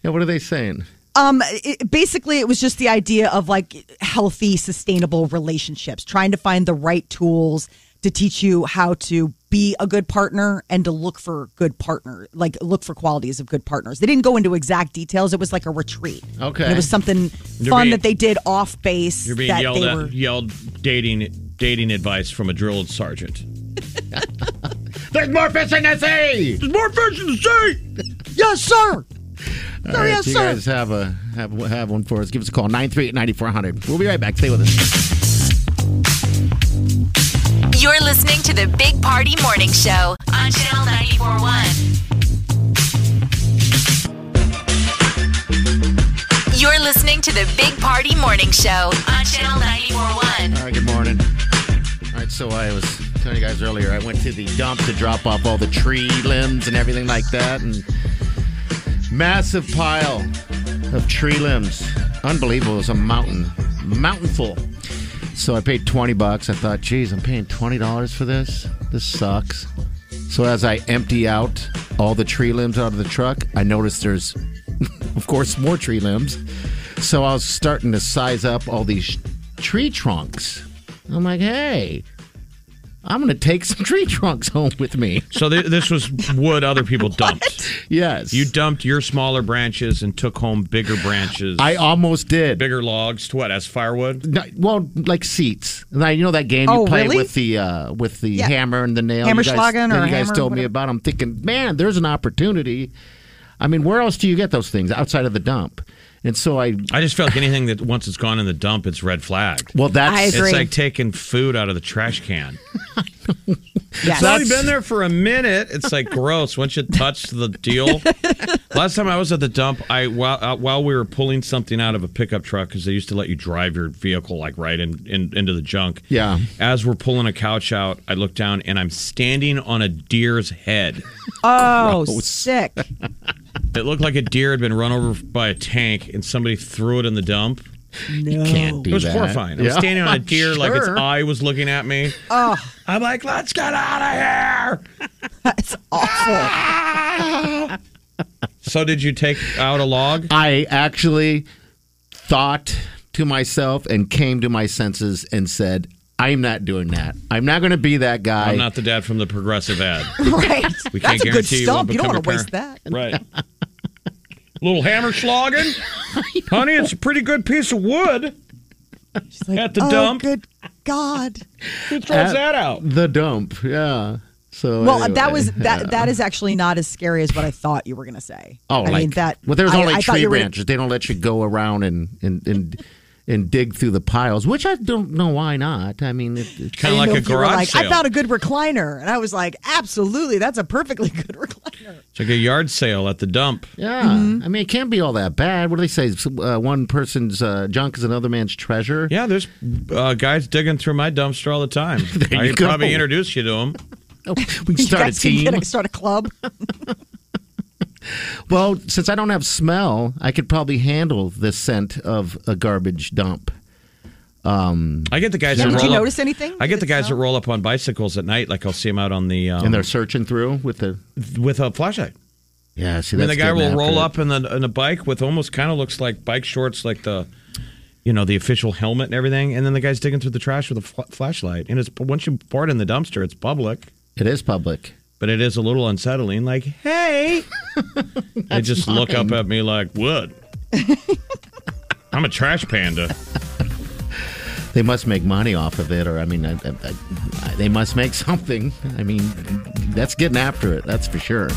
B: Yeah, what are they saying?
D: Um, it, basically, it was just the idea of like healthy, sustainable relationships, trying to find the right tools to teach you how to be a good partner and to look for good partner, like look for qualities of good partners. They didn't go into exact details. It was like a retreat.
B: Okay.
D: And it was something
C: You're
D: fun
C: being-
D: that they did off base.
C: You're being
D: that
C: yelled
D: they
C: at,
D: were,
C: yelled dating dating advice from a drilled sergeant.
B: There's more fish in the sea.
C: There's more fish in the sea.
D: Yes, sir.
B: All right,
D: yes,
B: you
D: sir.
B: guys have a have have one for us. Give us a call 938 9400. We'll be right back. Stay with us.
A: You're listening to the Big Party Morning Show on Channel 941. You're listening to the Big Party Morning Show on Channel 941.
B: All right, good morning. All right, so I was telling you guys earlier, I went to the dump to drop off all the tree limbs and everything like that, and massive pile of tree limbs. Unbelievable. It was a mountain, mountain full. So I paid 20 bucks. I thought, geez, I'm paying $20 for this? This sucks. So as I empty out all the tree limbs out of the truck, I noticed there's, of course, more tree limbs. So I was starting to size up all these tree trunks. I'm like, hey, I'm going to take some tree trunks home with me.
C: So th- this was wood other people dumped.
B: Yes.
C: You dumped your smaller branches and took home bigger branches,
B: I almost did.
C: bigger logs to what? As firewood.
B: No, well, like seats. Like, you know that game
D: Oh,
B: you play
D: really?
B: with the uh, with the
D: Yeah.
B: hammer and the nail.
D: Hammer
B: you guys,
D: schlagen
B: that
D: or
B: you guys
D: hammer,
B: told me
D: whatever.
B: about. I'm thinking, man, there's an opportunity. I mean, where else do you get those things outside of the dump? And so I,
C: I just felt like anything that once it's gone in the dump, it's red flagged.
B: well, that's
D: I agree.
C: It's like taking food out of the trash can.
D: Yes.
C: It's only been there for a minute. It's like gross. Once you touch the deal. Last time I was at the dump, I while uh, while we were pulling something out of a pickup truck because they used to let you drive your vehicle like right in, in into the junk.
B: Yeah.
C: As we're pulling a couch out, I look down and I'm standing on a deer's head.
D: oh, sick.
C: It looked like a deer had been run over by a tank and somebody threw it in the dump.
B: you can't do
C: It was
B: that.
C: horrifying. I was
B: Yeah.
C: standing on a deer like its
B: Sure.
C: eye was looking at me. Oh. I'm like, let's get out of here.
D: That's awful.
C: So did you take out a log?
B: I actually thought to myself and came to my senses and said, "I'm not doing that. I'm not going to be that guy."
C: I'm not the dad from the progressive ad.
D: right.
C: We
D: That's
C: can't
D: a good
C: guarantee you
D: stump.
C: won't
D: You, don't
C: become
D: want
C: a
D: to waste that.
C: Right. Little hammer slogging. Honey, it's a pretty good piece of wood.
D: She's like,
C: At the
D: oh,
C: dump.
D: good God.
C: Who throws that out?
B: the dump. Yeah. So
D: Well, uh,
B: anyway.
D: that was that. That is actually not as scary as what I thought you were going to say.
B: Oh,
D: I
B: like
D: mean that.
B: Well, there's
D: I-
B: only
D: I thought
B: tree
D: you were-
B: branches. They don't let you go around and and and, and dig through the piles, which I don't know why not. I mean, it, it-
C: Kind of like
D: you know,
C: a
D: if you were
C: garage
D: like,
C: sale.
D: I found a good recliner, and I was like, absolutely, that's a perfectly good recliner.
C: it's like a yard sale at the dump.
B: yeah.
D: Mm-hmm.
B: I mean, it can't be all that bad. What do they say? It's, Uh, one person's uh, junk is another man's treasure.
C: Yeah, there's uh, guys digging through my dumpster all the time.
B: There
C: I
B: you
C: could
B: go.
C: probably introduce you to them.
B: we can
D: You
B: start a
D: guys can get
B: team.
D: a- start a club.
B: well, since I don't have smell, I could probably handle the scent of a garbage dump.
C: I get the guys.
D: Yeah,
C: that
D: did
C: roll
D: you
C: up-
D: notice anything?
C: I get
D: Did
C: the
D: it
C: guys that
D: smell?
C: roll up on bicycles at night. Like I'll see them out on the um,
B: And they're searching through with the
C: with a flashlight.
B: yeah. See,
C: I mean,
B: that's
C: the guy
B: getting
C: will
B: after
C: roll
B: it.
C: up in the in a bike with almost kind of looks like bike shorts, like the you know the official helmet and everything. And then the guy's digging through the trash with a fl- flashlight. And it's once you fart in the dumpster, it's public,
B: It is public.
C: but it is a little unsettling. Like, hey, they just look up at me like, what? I'm a trash panda.
B: They must make money off of it, or I mean, I, I, I, they must make something. I mean, that's getting after it. That's for sure.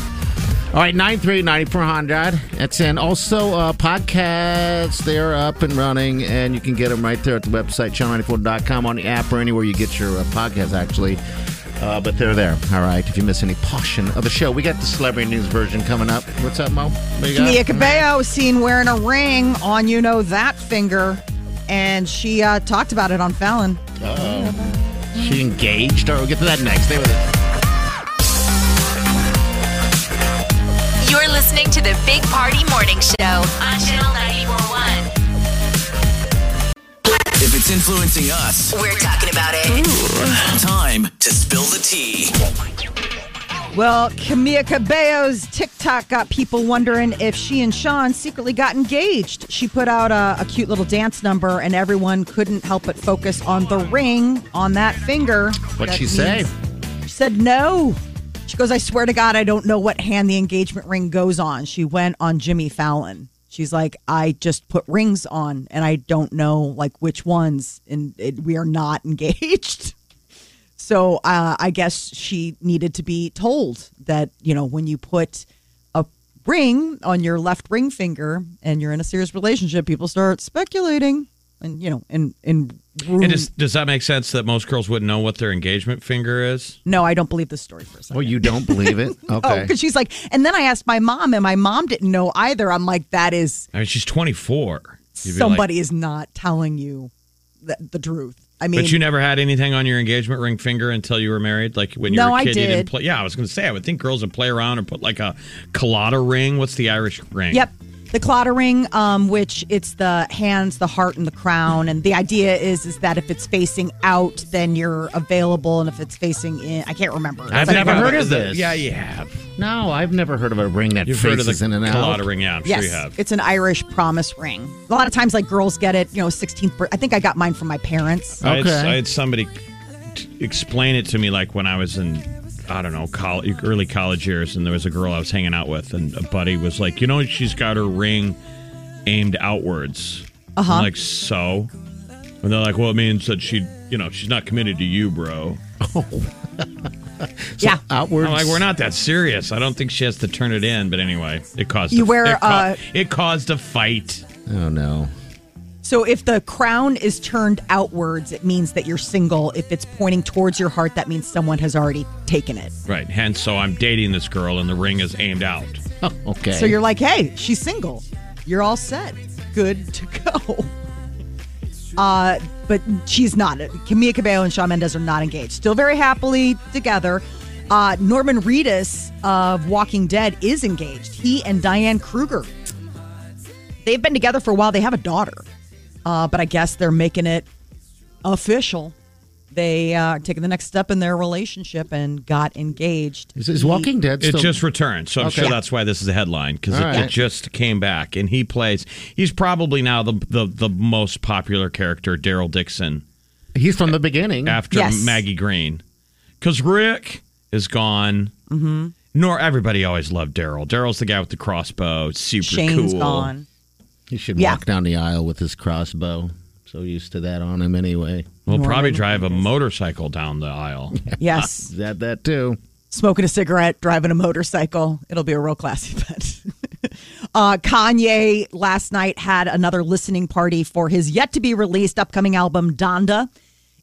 B: All right, 939400. That's in. Also, uh, podcasts, they're up and running, and you can get them right there at the website, channel94.com, on the app, or anywhere you get your uh, podcasts, actually. Uh, but they're there. All right, if you miss any portion of the show, we got the celebrity news version coming up. What's up, Mo? What you got?
D: Mia Cabello was seen wearing a ring on you know that finger, and she uh, talked about it on Fallon.
B: She engaged? All right, we'll get to that next. Stay with us.
A: You're listening to the Big Party Morning Show on Channel 941.
F: If it's influencing us,
A: We're talking about it.
F: time to spill the tea.
D: Well, Camilla Cabello's TikTok got people wondering if she and Sean secretly got engaged. She put out a, a cute little dance number, and everyone couldn't help but focus on the ring on that finger.
B: What'd
D: That
B: she say?
D: means- She said no. She goes, I swear to God, I don't know what hand the engagement ring goes on. She went on Jimmy Fallon. She's like, I just put rings on, and I don't know like which ones, and it, we are not engaged. So uh, I guess she needed to be told that you know when you put a ring on your left ring finger and you're in a serious relationship, people start speculating, and you know, and and,
C: And does, does that make sense that most girls wouldn't know what their engagement finger is?
D: no, I don't believe this story for a second.
B: Oh, you don't believe it?
D: Oh,
B: Okay.
D: because she's like, and then I asked my mom, and my mom didn't know either. I'm like, that is
C: I mean, she's 24. You'd be like,
D: somebody is not telling you the, the truth. I mean,
C: but you never had anything on your engagement ring finger until you were married? Like when you
D: No,
C: were a
D: I
C: kid, you didn't
D: did.
C: play. Yeah, I was going to say, I would think girls would play around and put like a colada ring. What's the Irish ring?
D: Yep. The clotter ring, um, which it's the hands, the heart, and the crown. And the idea is is that if it's facing out, then you're available. And if it's facing in, I can't remember.
C: I've
D: It's like-
B: never heard of
C: is it-
B: this.
C: Yeah, you have.
B: no, I've never heard of a ring that
C: You've heard of
B: faces
C: the
B: in and out.
C: colada ring. Yeah, I'm
D: yes,
C: sure you have.
D: it's an Irish promise ring. A lot of times, like girls get it, you know, 16th. bir- I think I got mine from my parents.
C: I, had,
B: Okay.
C: I had somebody t- explain it to me like when I was in, I don't know, college, early college years, and there was a girl I was hanging out with, and a buddy was like, you know, she's got her ring aimed outwards. Uh
D: Uh-huh.
C: huh. Like so, and they're like, well, it means that she, you know, she's not committed to you, bro.
D: yeah.
B: Outwards.
C: I'm like, we're not that serious. I don't think she has to turn it in. But anyway, it caused
D: You
C: a,
D: wear,
C: it,
D: uh,
C: it caused a fight.
B: Oh, no.
D: So if the crown is turned outwards, it means that you're single. If it's pointing towards your heart, that means someone has already taken it.
C: Right. Hence, so I'm dating this girl, and the ring is aimed out.
B: Okay.
D: So you're like, hey, she's single. You're all set. Good to go. Uh, but she's not. Camilla Cabello and Shawn Mendes are not engaged. Still very happily together. Uh, Norman Reedus of Walking Dead is engaged. He and Diane Kruger. They've been together for a while. They have a daughter. Uh, but I guess they're making it official. They uh, are taking the next step in their relationship and got engaged.
B: Is, is Walking Dead
C: It
B: still?
C: just returned, so I'm
B: Okay.
C: sure that's why this is a headline because it,
B: All
C: it
B: right.
C: just came back, and he plays. He's probably now the the, the most popular character, Daryl Dixon,
B: he's from the beginning.
C: after
D: Yes.
C: Maggie Green, because Rick is gone. Mm-hmm. Nor everybody always loved Daryl. Daryl's the guy with the crossbow, super
D: Shane's
C: cool.
D: gone.
B: He should
D: Yeah.
B: walk down the aisle with his crossbow. So used to that on him anyway.
C: We'll probably drive a motorcycle down the aisle.
D: Yes.
B: Is that that too?
D: smoking a cigarette, driving a motorcycle. It'll be a real classy event. uh, Kanye last night had another listening party for his yet to be released upcoming album, Donda.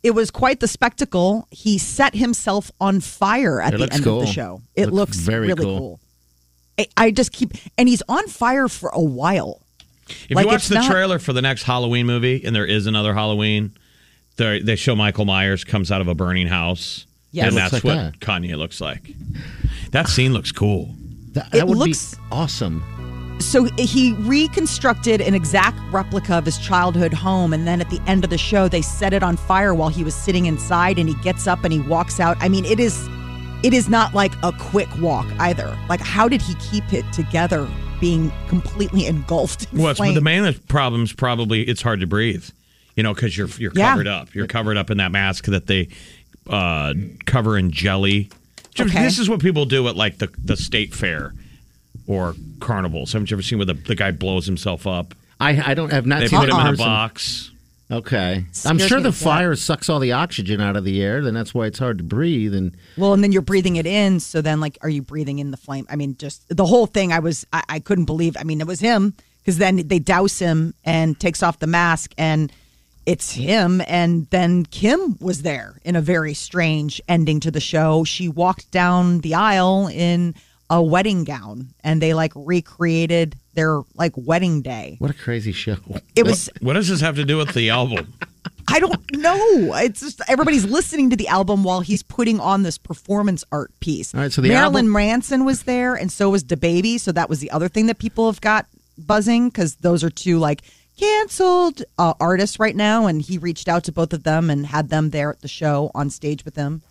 D: It was quite the spectacle. He set himself on fire at
B: It
D: the
B: looks
D: end of
B: cool.
D: the show. It
B: Looks
D: looks,
B: very
D: really
B: cool.
D: cool. I, I just keep, and he's on fire for a while.
C: If
D: Like,
C: you watch
D: it's
C: the
D: not-
C: trailer for the next Halloween movie, and there is another Halloween, they they show Michael Myers comes out of a burning house,
D: Yes.
C: and
D: It
C: that's
B: looks
C: what
B: like that.
C: Kanye looks like. That scene looks cool.
B: That,
D: It
B: that would
D: looks-
B: be awesome.
D: so he reconstructed an exact replica of his childhood home and then at the end of the show they set it on fire while he was sitting inside and he gets up and he walks out i mean it is it is not like a quick walk either like how did he keep it together being completely engulfed in
C: Well, it's,
D: flame?
C: the main problem is probably it's hard to breathe, you know, because you're you're
D: Yeah.
C: covered up. You're covered up in that mask that they uh, cover in jelly. Jim,
D: Okay.
C: This is what people do at like the the state fair or carnivals. Haven't you ever seen where the, the guy blows himself up?
B: I I don't have not
C: They
B: seen
C: put
B: it
C: him in a
B: person.
C: box.
B: Okay. I'm sure
D: Scares me
B: the
D: to death.
B: fire sucks all the oxygen out of the air, then that's why it's hard to breathe. And
D: Well, and then you're breathing it in. So then, like, are you breathing in the flame? I mean, just the whole thing. I was, I, I couldn't believe. I mean, it was him because then they douse him and takes off the mask, and it's him. And then Kim was there in a very strange ending to the show. She walked down the aisle in a wedding gown, and they like recreated their like wedding day.
B: what a crazy show.
D: It was
C: What does this have to do with the album?
D: I don't know. It's just everybody's listening to the album while he's putting on this performance art piece.
B: All right, so the
D: Marilyn
B: album-
D: Manson was there, and so was DeBaby. So that was the other thing that people have got buzzing because those are two like canceled uh, artists right now. And he reached out to both of them and had them there at the show on stage with him.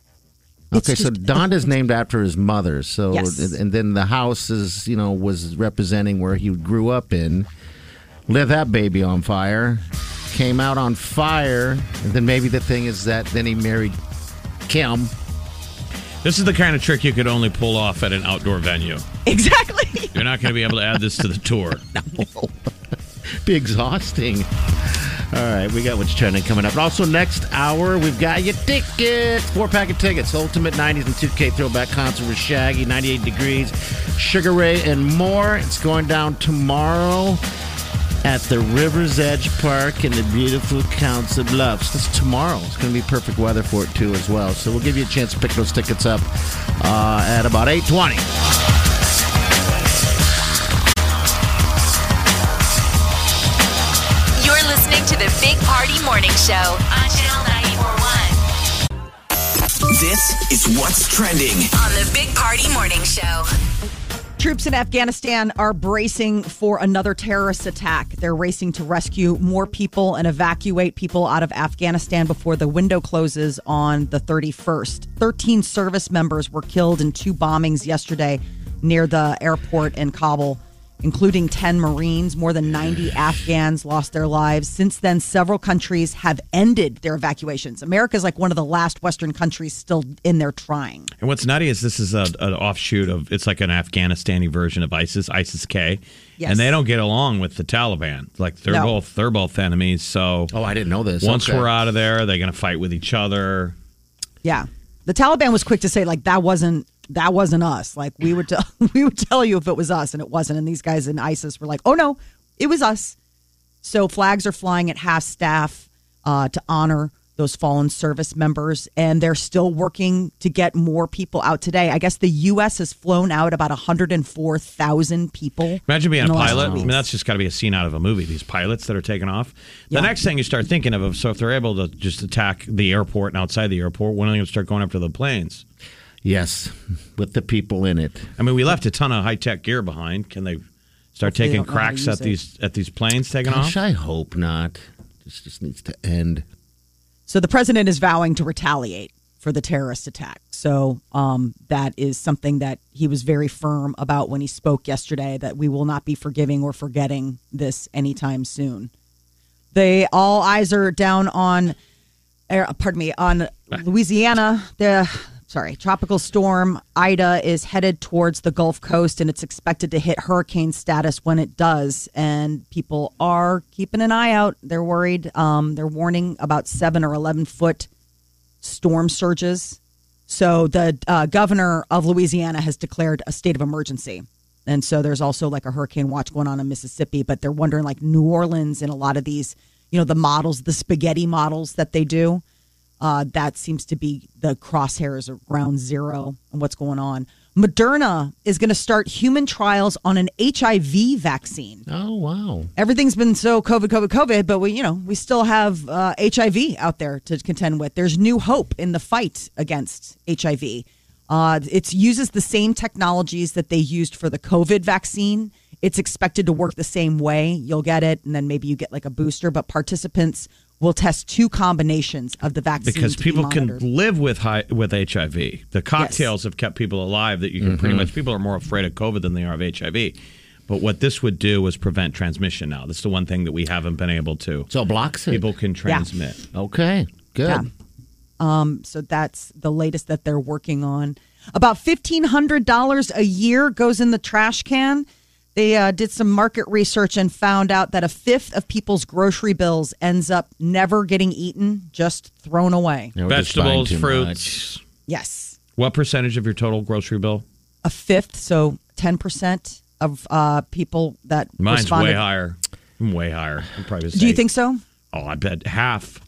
D: It's
B: Okay, so
D: just- uh,
B: Donda's named after his mother. So
D: Yes.
B: and- and then the house is, you know, was representing where he grew up in. Lit that baby on fire. Came out on fire. And then maybe the thing is that then he married Kim.
C: This is the kind of trick you could only pull off at an outdoor venue.
D: Exactly.
C: You're not going to be able to add this to the tour.
B: be exhausting. All right, we got what's trending coming up. Also, next hour, we've got your tickets. Four pack of tickets. Ultimate 90s and 2K throwback concert with Shaggy, 98 Degrees, Sugar Ray, and more. It's going down tomorrow at the River's Edge Park in the beautiful Council Bluffs. This is tomorrow. It's going to be perfect weather for it, too, as well. So we'll give you a chance to pick those tickets up uh, at about 820.
A: You're listening to the Big Party Morning Show on Channel 941
F: This is what's trending.
A: on the Big Party Morning Show.
D: Troops in Afghanistan are bracing for another terrorist attack. They're racing to rescue more people and evacuate people out of Afghanistan before the window closes on the 31st. 13 service members were killed in two bombings yesterday near the airport in Kabul, including 10 Marines. More than 90 Afghans lost their lives. Since then, several countries have ended their evacuations. America's like one of the last Western countries still in there trying.
C: And what's nutty is this is a, an offshoot of it's like an Afghanistani version of ISIS, ISIS K,
D: Yes.
C: and they don't get along with the Taliban. Like they're
D: No.
C: both they're both enemies. So
B: Oh, I didn't know this.
C: once
B: Okay.
C: we're out of there, they're going to fight with each other.
D: Yeah. The Taliban was quick to say like that wasn't that wasn't us. Like we would tell we would tell you if it was us and it wasn't. And these guys in ISIS were like, "Oh no, it was us." So flags are flying at half staff uh, to honor those fallen service members, and they're still working to get more people out today. I guess the U.S. has flown out about 104,000 people.
C: Imagine being
D: in
C: a
D: the last
C: pilot. I
D: two
C: mean,
D: weeks.
C: that's just got to be a scene out of a movie. These pilots that are taking off.
D: Yeah.
C: The next thing you start thinking of, so if they're able to just attack the airport and outside the airport, when are they going to start going after the planes?
B: Yes, with the people in it.
C: I mean, we left a ton of high tech gear behind. Can they
D: Hopefully they
C: start taking
D: don't know how to
C: cracks
D: use
C: at
D: it.
C: these at these planes taking
B: Gosh,
C: off?
B: I hope not. This just needs to end.
D: So the president is vowing to retaliate for the terrorist attack. So um, that is something that he was very firm about when he spoke yesterday that we will not be forgiving or forgetting this anytime soon. They all eyes are down on, er, pardon me, on Louisiana. The sorry, tropical storm Ida is headed towards the Gulf Coast, and it's expected to hit hurricane status when it does. And people are keeping an eye out. They're worried. Um, they're warning about seven or eleven foot storm surges. So the uh, governor of Louisiana has declared a state of emergency. And so there's also like a hurricane watch going on in Mississippi, but they're wondering like New Orleans and a lot of these, you know, the models, the spaghetti models that they do. Uh, that seems to be the crosshairs of ground zero and what's going on. Moderna is going to start human trials on an HIV vaccine
B: Oh wow!
D: everything's been so COVID, COVID, COVID, but we, you know, we still have uh, HIV out there to contend with. There's new hope in the fight against HIV. Uh, it uses the same technologies that they used for the COVID vaccine. It's expected to work the same way. You'll get it, and then maybe you get like a booster. But participants will test two combinations of the vaccine
C: Because
D: to be
C: people can
D: monitored.
C: live with hi- with HIV. The cocktails have kept people alive. That you can
B: Mm-hmm.
C: pretty much people are more afraid of COVID than they are of HIV. But what this would do is prevent transmission. Now that's the one thing that we haven't been able to.
B: So it blocks it.
C: People can transmit.
B: okay, good.
D: Yeah. Um, So that's the latest that they're working on. About $1,500 a year goes in the trash can. They uh, did some market research and found out that a fifth of people's grocery bills ends up never getting eaten, just thrown away.
B: You know, we're just buying
C: Vegetables,
B: too
C: fruits.
D: Yes,
C: What percentage of your total grocery bill?
D: a fifth, so ten percent of uh, people that
C: Mine's
D: responded.
C: way higher. I'm way higher. I'm probably
D: Do you think so?
C: Oh, I bet half. It's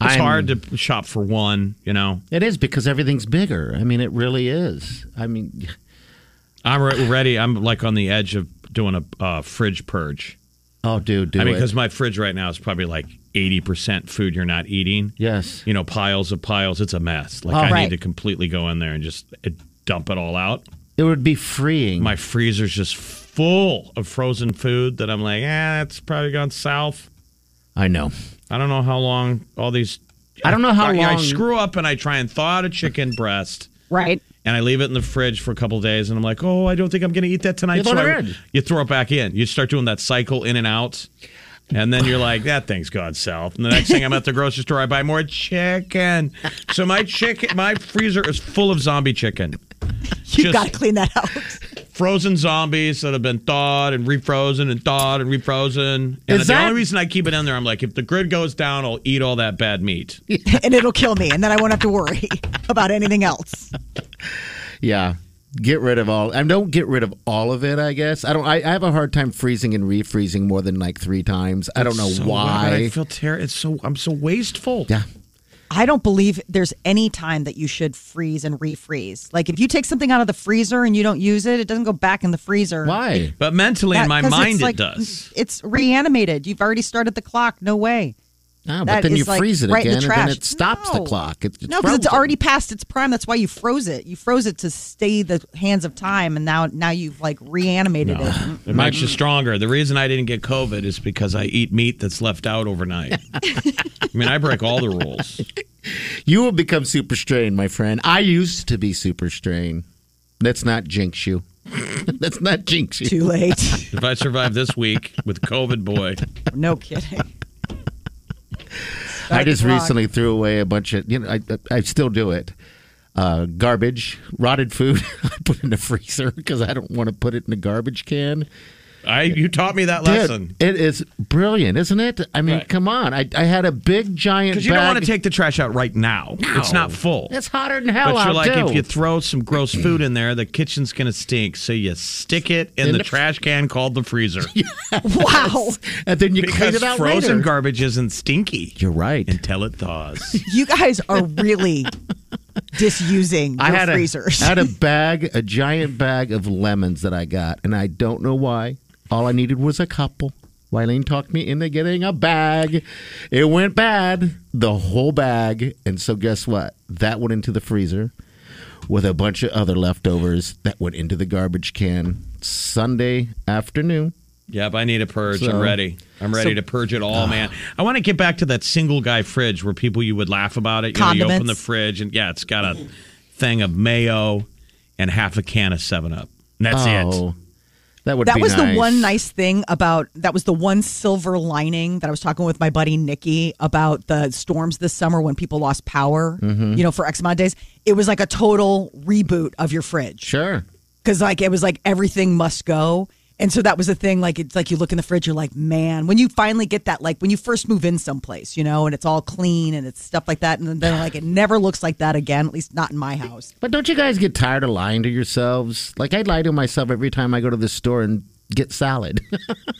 B: I'm-
C: hard to shop for one. You know,
B: much. It is because everything's bigger. I mean, it really is. I mean,
C: I'm re- ready. I'm like on the edge of doing a uh, fridge purge.
B: oh, dude, do
C: I mean,
B: it.
C: because my fridge right now is probably like 80% food you're not eating.
B: yes.
C: You know, piles of piles. It's a mess. Like,
B: Oh.
C: I
D: Right.
C: need to completely go in there and just uh, dump it all out.
B: It would be freeing.
C: My freezer's just full of frozen food that I'm like, eh, it's probably gone south.
B: I know.
C: I don't know how long all these.
B: I don't know how
C: I, I
B: long-
C: screw up and I try and thaw out a chicken breast.
D: Right.
C: and I leave it in the fridge for a couple of days, and I'm like, oh, I don't think I'm going to eat that tonight.
B: You throw
C: I-
B: it in.
C: you throw it back in. You start doing that cycle in and out, and then you're like, that thing's gone south. And the next thing I'm at the grocery store, I buy more chicken. So my chicken, my freezer is full of zombie chicken,
D: You
C: Just-
D: got to clean that out.
C: frozen zombies that have been thawed and refrozen and thawed and refrozen. And
B: Is
C: the
B: that-
C: only reason I keep it in there, I'm like, if the grid goes down, I'll eat all that bad meat.
D: and it'll kill me, and then I won't have to worry about anything else.
B: Yeah. Get rid of all. I don't get rid of all of it. I guess I don't. I, I have a hard time freezing and refreezing more than like three times. I don't know
C: So
B: why.
C: I feel terrible. It's so I'm so wasteful.
B: yeah.
D: I don't believe there's any time that you should freeze and refreeze. Like if you take something out of the freezer and you don't use it, it doesn't go back in the freezer.
B: Why?
C: But mentally,
D: That-
C: in my
D: 'cause it's
C: mind,
D: like-
C: it does.
D: It's reanimated. You've already started the clock. No way.
B: Ah, but
D: That
B: then you
D: is, like,
B: freeze it
D: right in the
B: again, and then
D: trash.
B: it stops
D: No.
B: the clock. It, it's
D: No, because it's
B: frozen.
D: already past its prime. That's why you froze it. You froze it to stay the hands of time, and now now you've like reanimated it.
C: It makes you stronger. The reason I didn't get COVID is because I eat meat that's left out overnight. I mean, I break all the rules.
B: You will become super strained, my friend. I used to be super strained. Let's not jinx you. Let's not jinx you.
D: Too late.
C: If I survive this week with COVID, boy,
D: no kidding.
B: I just
D: the clock.
B: recently threw away a bunch of, you know, I, I still do it. Uh, garbage, rotted food, I put in the freezer because I don't want to put it in the garbage can.
C: I you taught me that
B: Dude,
C: lesson.
B: it is brilliant, isn't it? I mean,
C: Right.
B: come on. I, I had a big giant
C: Because you don't
B: bag-
C: want to take the trash out right now. It's not full.
B: It's hotter than hell
C: but you're
B: out
C: like,
B: too.
C: if you throw some gross food in there, the kitchen's going to stink. So you stick it in,
B: In
C: the,
B: the-
C: trash can called the freezer.
D: Wow.
B: and then you clean
C: Because
B: it out
C: frozen
B: later.
C: garbage isn't stinky
B: You're right.
C: until it thaws.
D: You guys are really disusing your
B: I had
D: freezers.
B: a I had a bag, a giant bag of lemons that I got, and I don't know why. All I needed was a couple. Wileen talked me into getting a bag. It went bad, the whole bag, and so guess what? That went into the freezer with a bunch of other leftovers that went into the garbage can Sunday afternoon.
C: Yep, I need a purge. I'm
B: So-
C: ready. I'm ready to purge it all, man. I want to get back to that single guy fridge where people you would laugh about it. You, know, you open the
D: Condiments.
C: fridge and yeah, it's got a thing of mayo and half a can of Seven Up. And that's it.
B: oh, that would
D: that
B: be
D: was
B: nice.
D: the one nice thing about that was the one silver lining that I was talking with my buddy Nikki about the storms this summer when people lost power,
B: Mm-hmm.
D: you know, for X amount of days. It was like a total reboot of your fridge
B: Sure.
D: because, like, it was like everything must go. And so that was the thing. Like, it's like you look in the fridge, you're like, man, when you finally get that, like, when you first move in someplace, you know, and it's all clean and it's stuff like that. And then, like, it never looks like that again, at least not in my house.
B: But don't you guys get tired of lying to yourselves? Like I lie to myself every time I go to the store and get salad.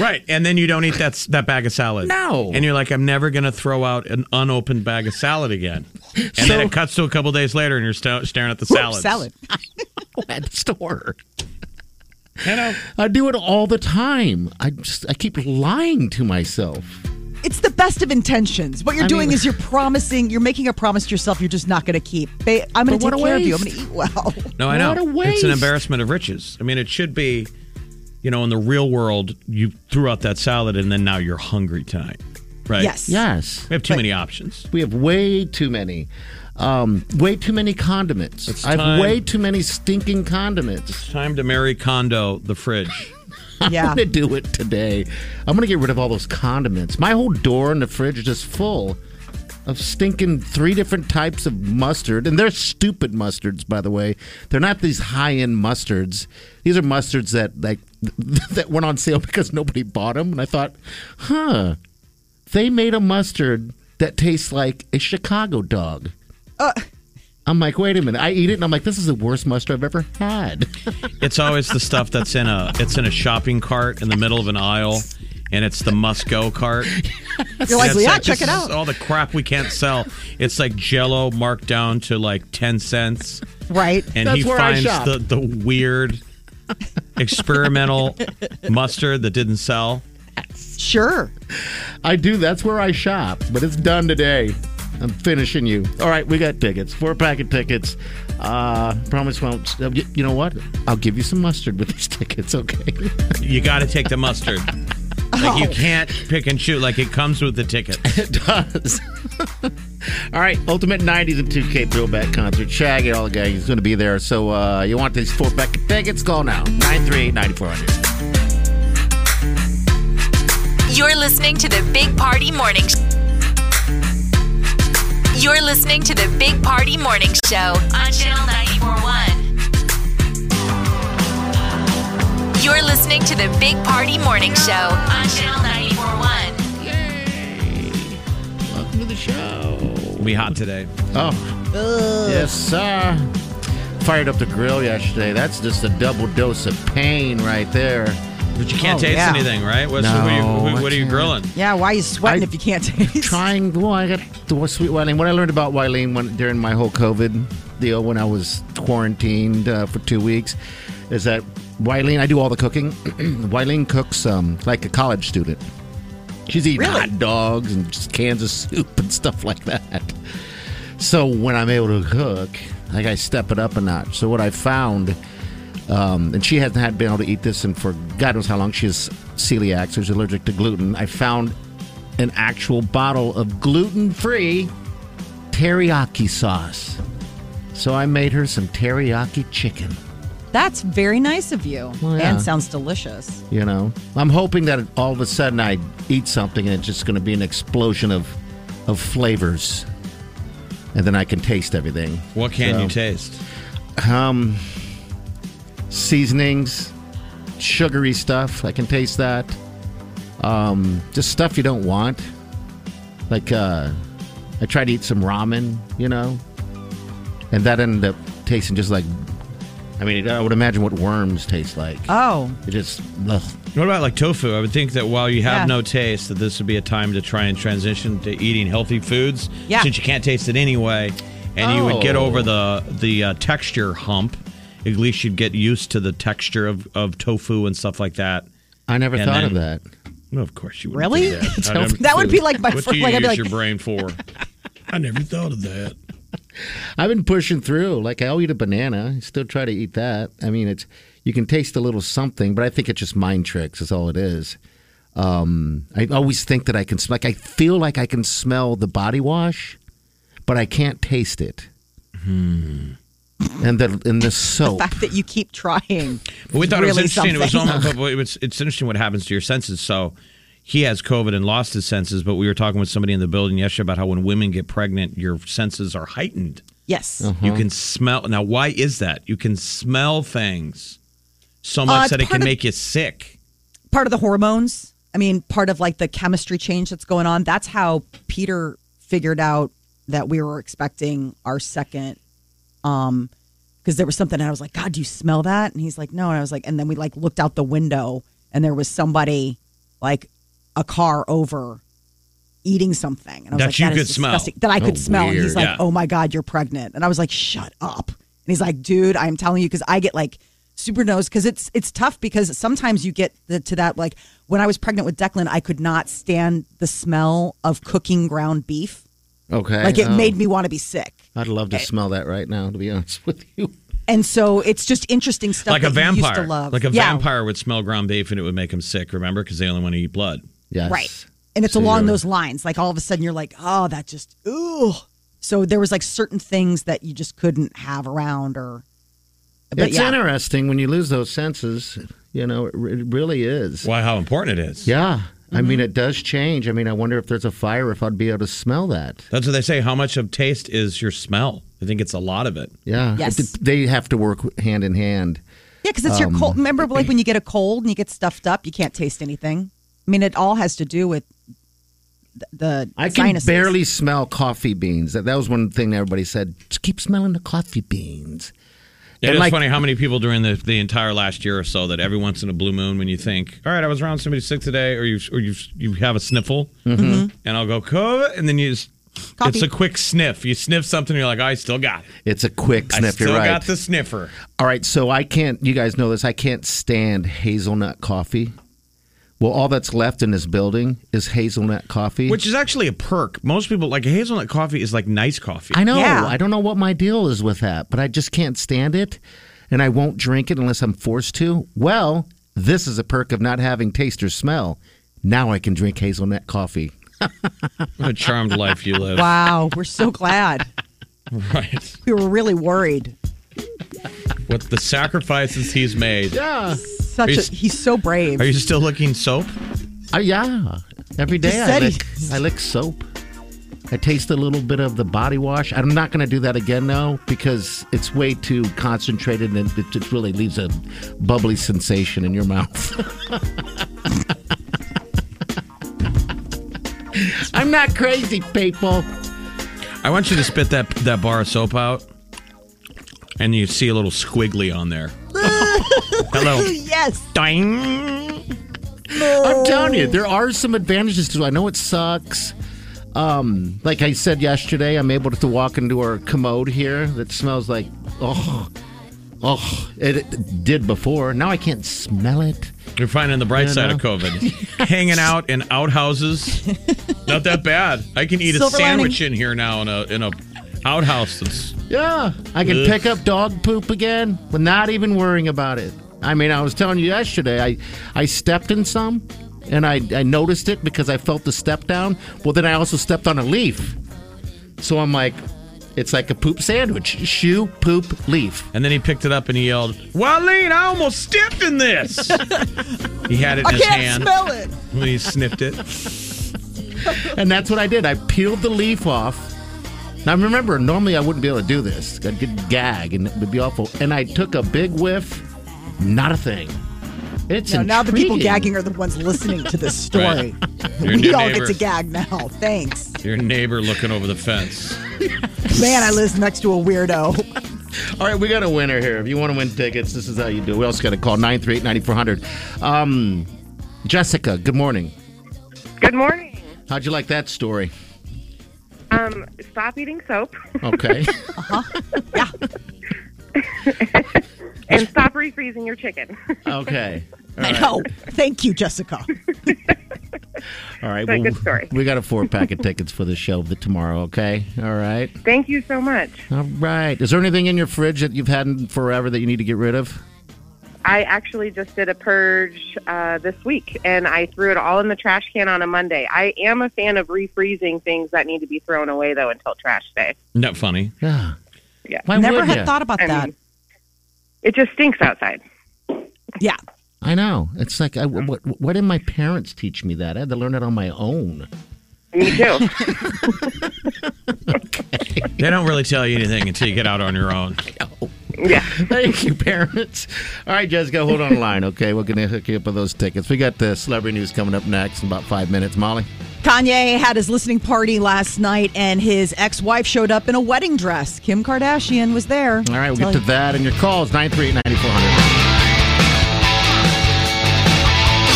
C: Right. And then you don't eat that s- that bag of salad.
B: No.
C: And you're like, I'm never going to throw out an unopened bag of salad again. And then it cuts to a couple days later and you're st- staring at the salad.
D: Salad.
B: at the store.
C: You know,
B: I do it all the time. I just I keep lying to myself.
D: It's the best of intentions. What you're
B: I
D: doing
B: mean-
D: is you're promising, you're making a promise to yourself you're just not going to keep. Ba- I'm going
B: But what
D: to take
B: a
D: care of you. I'm going
B: waste.
D: to eat well.
C: No, I know.
B: What a
C: It's an
B: waste.
C: embarrassment of riches. I mean, it should be, you know, in the real world, you threw out that salad and then now you're hungry tonight. Right?
D: Yes.
B: Yes.
C: We have too many options.
B: We have way too many. Um, way too many condiments.
C: It's
B: I have
C: time.
B: way too many stinking condiments.
C: Time to marry Kondo, the fridge.
D: Yeah.
B: I'm gonna do it today. I'm gonna get rid of all those condiments. My whole door in the fridge is just full of stinking three different types of mustard. And they're stupid mustards, by the way. They're not these high end mustards. These are mustards that like that went on sale because nobody bought them. And I thought, huh, they made a mustard that tastes like a Chicago dog. I'm like, wait a minute. I eat it and I'm like, this is the worst mustard I've ever had.
C: It's always the stuff that's in a it's in a shopping cart in the middle of an aisle, and it's the must go cart.
D: You're like,
C: And it's
D: yeah,
C: like,
D: check it
C: this is
D: out.
C: all the crap we can't sell. It's like Jello marked down to like ten cents,
D: Right.
C: and
B: That's
C: he
B: where I
C: finds
B: shop.
C: the the weird experimental mustard that didn't sell.
D: Sure.
B: I do. That's where I shop, but it's done today. I'm finishing you. All right, we got tickets, four pack of tickets. Uh, promise won't. uh, y- You know what? I'll give you some mustard with these tickets. Okay.
C: You got to take the mustard. Like
B: Oh.
C: you can't pick and choose. Like it comes with the ticket.
B: it does. all right, Ultimate 90s and 2K Throwback Concert. Shaggy, all the guys, he's going to be there. So uh, you want these four pack of tickets? Call now 938 9400.
A: You're listening to the Big Party Morning. Sh- You're listening to the Big Party Morning Show on Channel 941. You're listening to the Big Party Morning Show on Channel 941.
B: Welcome to the show.
C: We hot today.
B: Oh. Yes, sir. Fired up the grill yesterday. That's just a double dose of pain right there.
C: But you can't
D: Oh,
C: taste
D: yeah.
C: anything, right? What's,
B: No,
C: what are you,
B: I
C: what, are you
B: can't.
C: grilling?
D: Yeah, why are you sweating
B: I-
D: if you can't taste?
B: Trying, well, I got the sweet Wileen. What I learned about Wileen when, during my whole COVID deal when I was quarantined uh, for two weeks is that Wileen, I do all the cooking. Wileen cooks um, like a college student. She's eating hot dogs and just cans of soup and stuff like that. So when I'm able to cook, like I step it up a notch. So what I found um, and she hasn't had been able to eat this, and for God knows how long she is celiac, so she's allergic to gluten. I found an actual bottle of gluten-free teriyaki sauce, so I made her some teriyaki chicken.
D: That's very nice of you.
B: Well, yeah.
D: And sounds delicious.
B: You know, I'm hoping that all of a sudden I eat something and it's just going to be an explosion of of flavors, and then I can taste everything.
C: What can
B: So-
C: you taste?
B: Um, seasonings, sugary stuff. I can taste that. Um, just stuff you don't want. Like uh, I tried to eat some ramen, you know, and that ended up tasting just like. I mean, I would imagine what worms taste like.
D: Oh,
B: It just ugh.
C: What about like tofu? I would think that while you have
D: Yeah.
C: no taste, that this would be a time to try and transition to eating healthy foods.
D: Yeah.
C: Since you can't taste it anyway, and you would get
B: Oh.
C: over the the uh, texture hump. At least you'd get used to the texture of, of tofu and stuff like that.
B: I never
C: And
B: thought
C: then-
B: of that.
C: Well, of course you would.
D: Really? That would be like my
C: what
D: fir-
C: do you
D: like, I'd
C: use
D: be like-
C: your brain for? I never thought of that.
B: I've been pushing through. Like I'll eat a banana. I still try to eat that. I mean, it's you can taste a little something, but I think it's just mind tricks. Is all it is. Um, I always think that I can smell. Like I feel like I can smell the body wash, but I can't taste it.
D: Hmm.
B: And the and the soap.
D: fact that you keep trying.
C: Oh. But we thought it was
D: Really
C: interesting. It was
D: something.
C: almost, but it was, it's interesting what happens to your senses. So he has COVID and lost his senses, but we were talking with somebody in the building yesterday about how when women get pregnant, your senses are heightened.
D: Yes.
C: You can smell. Now, why is that? You can smell things so
D: Uh,
C: much
D: it's
C: that it
D: part
C: can
D: of-
C: make you sick.
D: Part of the hormones. I mean, part of like the chemistry change that's going on. That's how Peter figured out that we were expecting our second. Um, because there was something, and I was like, "God, do you smell that?" And he's like, "No." And I was like, and then we like looked out the window, and there was somebody, like, a car over, eating something, and I was like,
C: That you
D: "That is
C: could smell."
D: disgusting." That I could
B: Oh,
D: smell. And
B: weird.
D: he's like,
C: Yeah.
D: "Oh my god, you're pregnant," and I was like, "Shut up." And he's like, "Dude, I'm telling you, because I get like super nose because it's it's tough because sometimes you get the, to that like when I was pregnant with Declan, I could not stand the smell of cooking ground beef.
B: Okay.
D: Like it
B: Oh.
D: made me want to be sick."
B: I'd love to smell that right now. To be honest with you.
D: And so it's just interesting stuff.
C: Like a
D: that you used to
C: vampire.
D: love.
C: Like a
D: Yeah.
C: vampire would smell ground beef and it would make him sick, remember? Because they only want to eat blood.
B: Yes.
D: Right. And it's along those lines. Like all of a sudden you're like, oh, that just ooh. So there was like certain things that you just couldn't have around or but
B: it's
D: yeah.
B: interesting when you lose those senses. You know, it, re- it really is.
C: Why, how important it is.
B: Yeah, I
D: Mm-hmm.
B: mean, it does change. I mean, I wonder if there's a fire, if I'd be able to smell that.
C: That's what they say. How much of taste is your smell? I think it's a lot of it.
B: Yeah.
D: Yes.
B: It- They have to work hand in hand.
D: Yeah, because it's your cold. Remember, like when you get a cold and you get stuffed up, you can't taste anything. I mean, it all has to do with th- the
B: I can
D: sinuses.
B: barely smell coffee beans. That, that was one thing everybody said. Just keep smelling the coffee beans.
C: It
B: And
C: is
B: like-
C: funny how many people during the, the entire last year or so that every once in a blue moon, when you think, "All right, I was around somebody sick today," or you or you you have a sniffle, and I'll go COVID, and then you just
D: Mm-hmm. Coffee.
C: it's a quick sniff. You sniff something, you're like, "I still got it.
B: It's a quick
C: I
B: sniff.
C: still
B: you're right.
C: got the sniffer."
B: All right, so I can't. You guys know this. I can't stand hazelnut coffee. Well, all that's left in this building is hazelnut coffee.
C: Which is actually a perk. Most people like hazelnut coffee is like nice coffee.
B: I know.
D: Yeah.
B: I don't know what my deal is with that, but I just can't stand it, and I won't drink it unless I'm forced to. Well, this is a perk of not having taste or smell. Now I can drink hazelnut coffee.
C: What a charmed life you live.
D: Wow, we're so glad.
C: Right.
D: we were really worried.
C: What the sacrifices he's made.
B: Yeah.
D: Such
C: Are you
D: a,
C: s-
D: he's so brave.
C: Are you still looking soap?
B: Uh, yeah. Every day I
D: said he-
B: lick, I lick soap. I taste a little bit of the body wash. I'm not going to do that again though because it's way too concentrated and it just really leaves a bubbly sensation in your mouth. I'm not crazy, people.
C: I want you to spit that that bar of soap out, and you see a little squiggly on there. Hello.
D: yes.
C: Ding.
B: I'm telling you, there are some advantages to it. I know it sucks. Um, like I said yesterday, I'm able to walk into our commode here that smells like, oh, oh, it, it did before. Now I can't smell it.
C: You're finding the bright
B: Yeah,
C: side
B: no.
C: of COVID. Hanging out in outhouses, not that bad. I can eat a
D: Silver
C: sandwich in here now in a in a outhouse. That's
B: Yeah, I can
C: Ugh.
B: pick up dog poop again without even worrying about it. I mean, I was telling you yesterday, I, I stepped in some and I, I noticed it because I felt the step down. Well, then I also stepped on a leaf. So I'm like, it's like a poop sandwich shoe, poop, leaf.
C: and then he picked it up and he yelled, "Wileen, I almost stepped in this." he had it in
D: I
C: his
D: can't
C: hand
D: smell it.
C: when he sniffed it.
B: And that's what I did. I peeled the leaf off. Now remember, normally I wouldn't be able to do this. I'd get gag and it would be awful. And I took a big whiff, not a thing. It's
D: No, now the people
B: intriguing.
D: gagging are the ones listening to this story.
C: Your
D: we
C: new
D: all
C: neighbor.
D: get to gag now. Thanks.
C: Your neighbor looking over the fence.
D: Man, I live next to a weirdo.
B: All right, we got a winner here. If you want to win tickets, this is how you do it. We also got to call 938 9400. Um, Jessica, good morning.
G: Good morning.
B: How'd you like that story?
G: Um, stop eating soap
B: Okay.
G: and stop refreezing your chicken.
B: okay. All
D: I
B: right.
D: know. Thank you, Jessica.
B: All right.
G: That's a good story.
B: We got a four pack of tickets for the show the tomorrow, okay? All right.
G: Thank you so much.
B: All right. Is there anything in your fridge that you've had in forever that you need to get rid of?
G: I actually just did a purge uh, this week, and I threw it all in the trash can on a Monday. I am a fan of refreezing things that need to be thrown away, though, until trash day.
C: Not funny.
B: Yeah.
G: Yeah.
B: Why
D: Never
B: would
D: had
B: ya?
D: thought about
G: I
D: that.
G: mean, it just stinks outside.
D: Yeah.
B: I know. It's like, I, what, why didn't my parents teach me that? I had to learn it on my own.
G: Me too.
C: They don't really tell you anything until you get out on your own.
G: yeah.
B: Thank you, parents. All right, Jessica, hold on the line, okay? We're going to hook you up with those tickets. We got the celebrity news coming up next in about five minutes. Molly?
D: Kanye had his listening party last night, and his ex wife showed up in a wedding dress. Kim Kardashian was there.
B: All right, we'll get to that and your calls, 938-9400.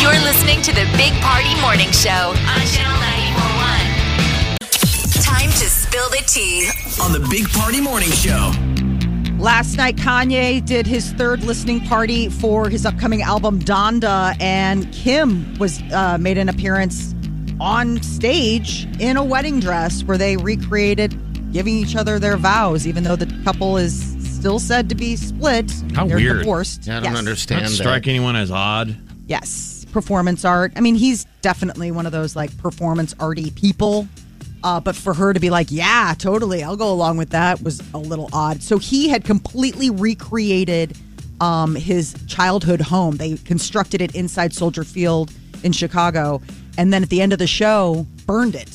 A: You're listening to the Big Party Morning Show on Channel 941. Time to spill the tea.
F: on the Big Party Morning Show.
D: Last night, Kanye did his third listening party for his upcoming album Donda, and Kim was uh, made an appearance on stage in a wedding dress where they recreated giving each other their vows, even though the couple is still said to be split.
C: How
D: They're
C: weird.
D: divorced.
B: I don't
D: Yes.
B: understand
C: Not
B: that.
C: strike anyone as odd.
D: Yes, performance art. I mean, he's definitely one of those like performance arty people. Uh, but for her to be like, yeah, totally, I'll go along with that was a little odd. So he had completely recreated um, his childhood home. They constructed it inside Soldier Field in Chicago. and then at the end of the show, burned it.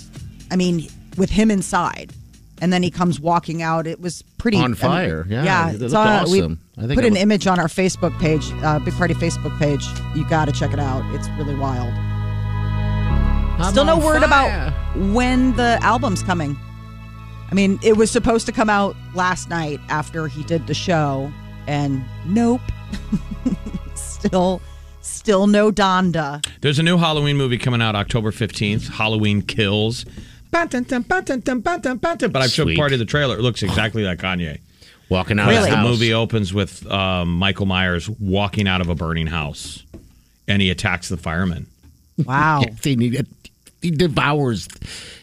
D: I mean, with him inside. And then he comes walking out. It was pretty
B: On fire.
D: I mean,
B: Yeah,
D: yeah.
B: it
D: it's
B: looked
D: on- we
B: awesome. I think
D: put
B: I
D: an
B: would-
D: image on our Facebook page, uh, Big Party Facebook page. You got to check it out. It's really wild. Still no word about when the album's coming. I mean, it was supposed to come out last night after he did the show, and nope. still, still no Donda.
C: There's a new Halloween movie coming out October 15th, Halloween Kills. Ba-dun-dun, ba-dun-dun, ba-dun-dun, ba-dun. But I've shown
B: Sweet.
C: part of the trailer. It looks exactly like Kanye.
B: walking out
C: The
B: of the house.
C: movie opens with um, Michael Myers walking out of a burning house, and he attacks the firemen.
D: Wow.
B: He, need- he devours,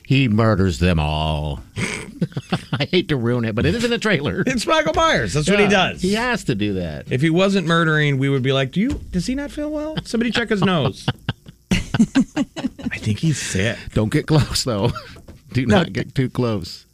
B: he murders them all. I hate to ruin it, but it is in the trailer.
C: It's Michael Myers. That's what he does.
B: He has to do that.
C: If he wasn't murdering, we would be like, "Do you? Does he not feel well? Somebody check his nose." I think he's sick.
B: Don't get close, though. Do not get too close.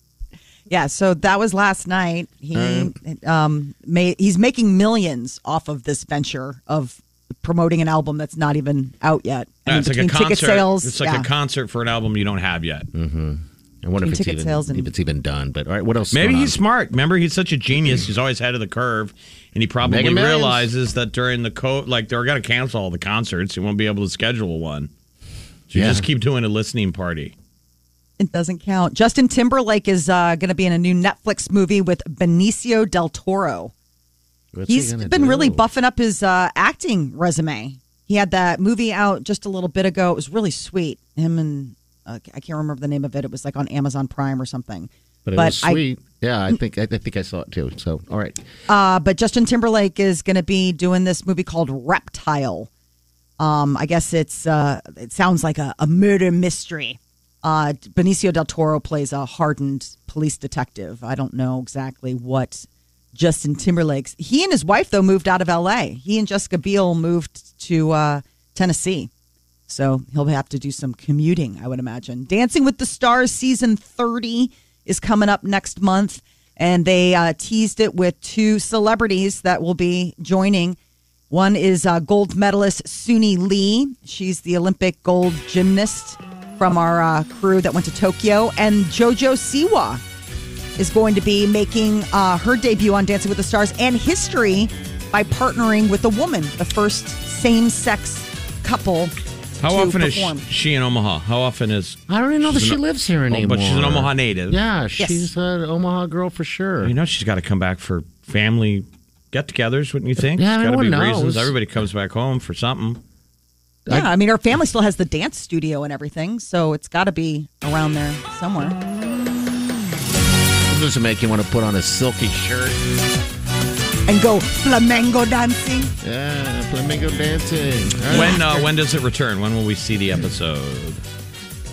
D: Yeah, so that was last night. He um, made he's making millions off of this venture of promoting an album that's not even out yet. I
C: Yeah,
D: mean,
C: it's like a
D: between
C: concert.
D: ticket sales,
C: it's like
D: yeah.
C: a concert for an album you don't have yet.
B: I wonder if
D: Between
B: it's,
D: ticket
B: even,
D: sales and-
B: if it's even done. But all right, what else? is
C: Maybe
B: going
C: he's
B: on?
C: smart. Remember, he's such a genius. He's always ahead of the curve, and he probably
B: Mega Millions.
C: realizes that during the co like they're going to cancel all the concerts. He won't be able to schedule one. So you
B: Yeah.
C: just keep doing a listening party.
D: It doesn't count. Justin Timberlake is uh, going to be in a new Netflix movie with Benicio del Toro.
B: What's he
D: He's
B: gonna
D: been really
B: do?
D: buffing up his uh, acting resume. He had that movie out just a little bit ago. It was really sweet. Him and uh, I can't remember the name of it. It was like on Amazon Prime or something.
B: But it
D: but
B: was
D: I-
B: sweet. yeah, I think I, I think I saw it too. So all right,
D: Uh, but Justin Timberlake is going to be doing this movie called Reptile. Um, I guess it's uh, it sounds like a, a murder mystery. Uh, Benicio del Toro plays a hardened police detective. I don't know exactly what Justin Timberlake's. He and his wife though moved out of L.A. He and Jessica Biel moved to uh, Tennessee, so he'll have to do some commuting, I would imagine. Dancing with the Stars season thirty is coming up next month, and they uh, teased it with two celebrities that will be joining. One is uh, gold medalist Suni Lee. She's the Olympic gold gymnast from our uh, crew that went to Tokyo. And JoJo Siwa is going to be making uh, her debut on Dancing with the Stars and history by partnering with a woman, the first same sex couple.
C: How
D: to
C: often is
D: perform.
C: she, she in Omaha? How often is?
B: I don't even know that
C: She's
B: she
C: an-
B: lives here
C: Oh,
B: anymore.
C: but she's an Omaha native.
B: Yeah,
D: Yes.
B: she's an Omaha girl for sure.
C: You know she's got to come back for family get-togethers, wouldn't you think?
B: Yeah,
C: There's got to be
B: everyone knows.
C: reasons. Everybody comes back home for something.
D: Yeah, I mean, her family still has the dance studio and everything, so it's got to be around there somewhere.
B: This will make you want to put on a silky shirt.
D: And go flamenco dancing.
B: Yeah, flamingo dancing. All right.
C: When uh, when does it return? When will we see the episode?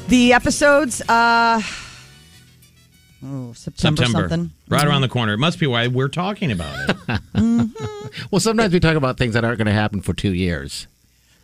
D: The episodes, uh, oh, September,
C: September,
D: something.
C: right
B: Mm-hmm.
C: around the corner. It must be why we're talking about it.
B: Well, sometimes we talk about things that aren't going to happen for two years.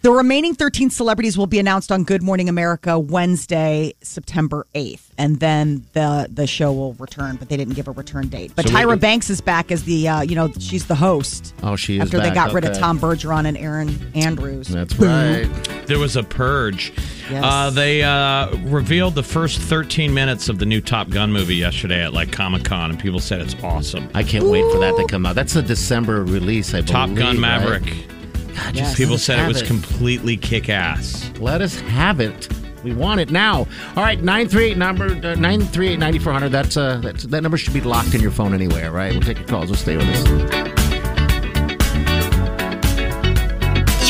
D: The remaining 13 celebrities will be announced on Good Morning America Wednesday, September 8th, and then the the show will return, but they didn't give a return date. But
C: So we-
D: Tyra Banks is back as the, uh, you know, she's the host
B: Oh, she is
D: after they
B: back.
D: got rid of
B: Okay.
D: Tom Bergeron and Aaron Andrews.
B: That's right.
C: there was a purge.
D: Yes.
C: Uh, they uh, revealed the first 13 minutes of the new Top Gun movie yesterday at like Comic Con, and people said it's awesome.
B: I can't wait for that to come out. That's a December release, I believe.
C: Top Gun
B: right?
C: Maverick.
B: God,
D: Yes.
B: just
C: People
B: let us
C: said it
B: have
C: was completely kick ass.
B: Let us have it. We want it now. All right, nine three eight number uh, nine three eight ninety four hundred. That's uh, that's that number should be locked in your phone anyway. All right, we'll take your calls. We'll stay with us.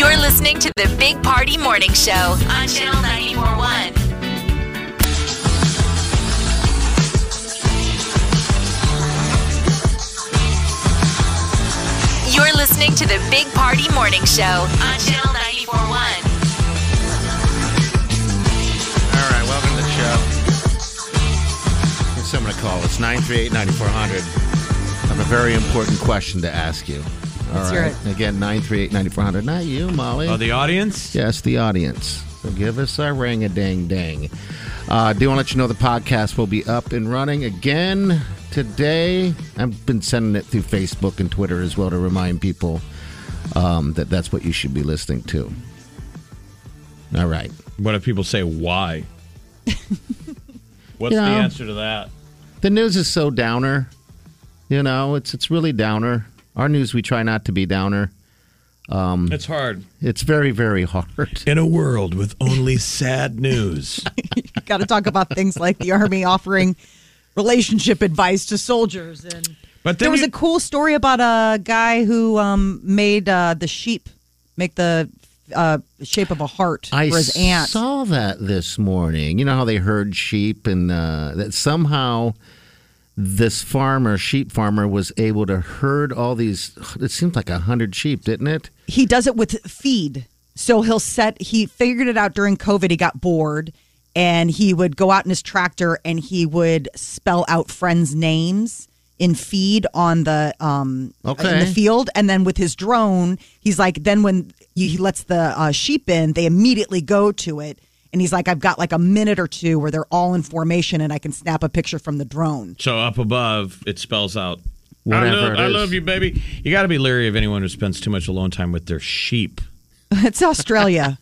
A: You're listening to the Big Party Morning Show on Channel 941. You're listening to the Big Party Morning Show on Channel 941.
B: All right, welcome to the show. Give someone a call. It's nine three eight ninety four hundred. I have a very important question to ask you. All right,
D: hear
B: again nine three eight ninety four hundred. Not you, Molly.
C: Oh, the audience?
B: Yes, the audience. So give us our ring a dang dang. Uh, do want to let you know the podcast will be up and running again today. I've been sending it through Facebook and Twitter as well to remind people um, that that's what you should be listening to. All right.
C: What if people say why? What's
B: You know.
C: the answer to that?
B: The news is so downer. You know, it's it's really downer. Our news, we try not to be downer.
C: It's hard.
B: It's very, very hard.
C: In a world with only sad news.
D: Got to talk about things like the army offering relationship advice to soldiers, and
C: But then
D: there was
C: you-
D: a cool story about a guy who um, made uh, the sheep make the uh, shape of a heart
B: I
D: for his aunt.
B: saw that this morning. You know how they herd sheep, and uh, that somehow this farmer, sheep farmer, was able to herd all these. It seemed like a hundred sheep, didn't it?
D: he does it with feed. So he'll set, he figured it out during COVID. He got bored and he would go out in his tractor and he would spell out friends' names in feed on the um in
B: Okay.
D: the field and then with his drone he's like then when he he lets the uh, sheep in they immediately go to it and he's like i've got like a minute or two where they're all in formation and i can snap a picture from the drone
C: So up above, it spells out.
B: Whatever
C: I love,
B: it
C: I
B: is.
C: love you, baby. You got to be leery of anyone who spends too much alone time with their sheep.
D: it's australia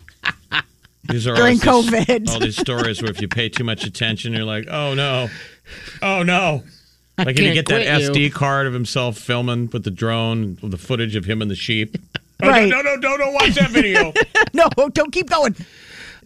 C: These are
D: During
C: all these-
D: COVID.
C: all these stories where if you pay too much attention, you're like, oh no, oh no. Like if you
B: can't
C: get that
B: quit you.
C: SD card of himself filming with the drone, with the footage of him and the sheep. Oh,
D: Right.
C: No, no, no, no, watch that video.
D: no don't keep going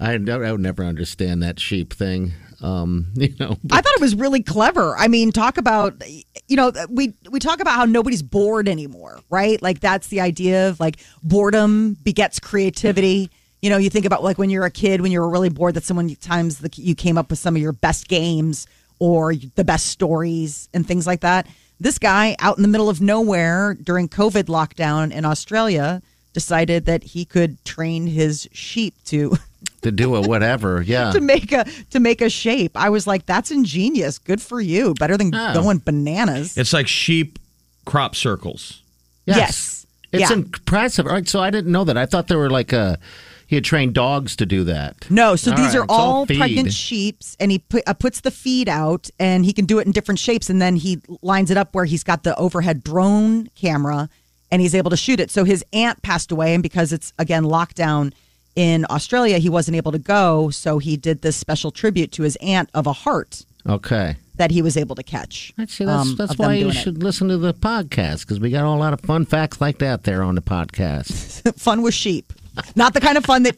B: I, don't- I would never understand that sheep thing. Um, you know,
D: I thought it was really clever. I mean, talk about you know we we talk about how nobody's bored anymore, right? Like that's the idea of like boredom begets creativity. You know, you think about like when you're a kid, when you were really bored, that someone times the, you came up with some of your best games or the best stories and things like that. This guy out in the middle of nowhere during COVID lockdown in Australia decided that he could train his sheep to
B: to do a whatever. Yeah.
D: to make a to make a shape. I was like, that's ingenious. Good for you. Better than
B: Oh.
D: going bananas.
C: it's like sheep crop circles.
D: Yes.
B: It's
D: Yeah.
B: impressive. All right, so I didn't know that. I thought there were like a he had trained dogs to do that.
D: no, so
B: All
D: these
B: right,
D: are
B: it's all
D: all pregnant
B: feed.
D: sheeps, and he put, uh, puts the feed out, and he can do it in different shapes, and then he lines it up where he's got the overhead drone camera, and he's able to shoot it. So his aunt passed away, and because it's again lockdown in Australia, he wasn't able to go, so he did this special tribute to his aunt of a heart
B: Okay.
D: that he was able to catch.
B: Actually, that's,
D: um,
B: that's
D: of them
B: why you
D: doing it.
B: should listen to the podcast because we got a lot of fun facts like that there on the podcast.
D: fun with sheep. Not the kind of fun that,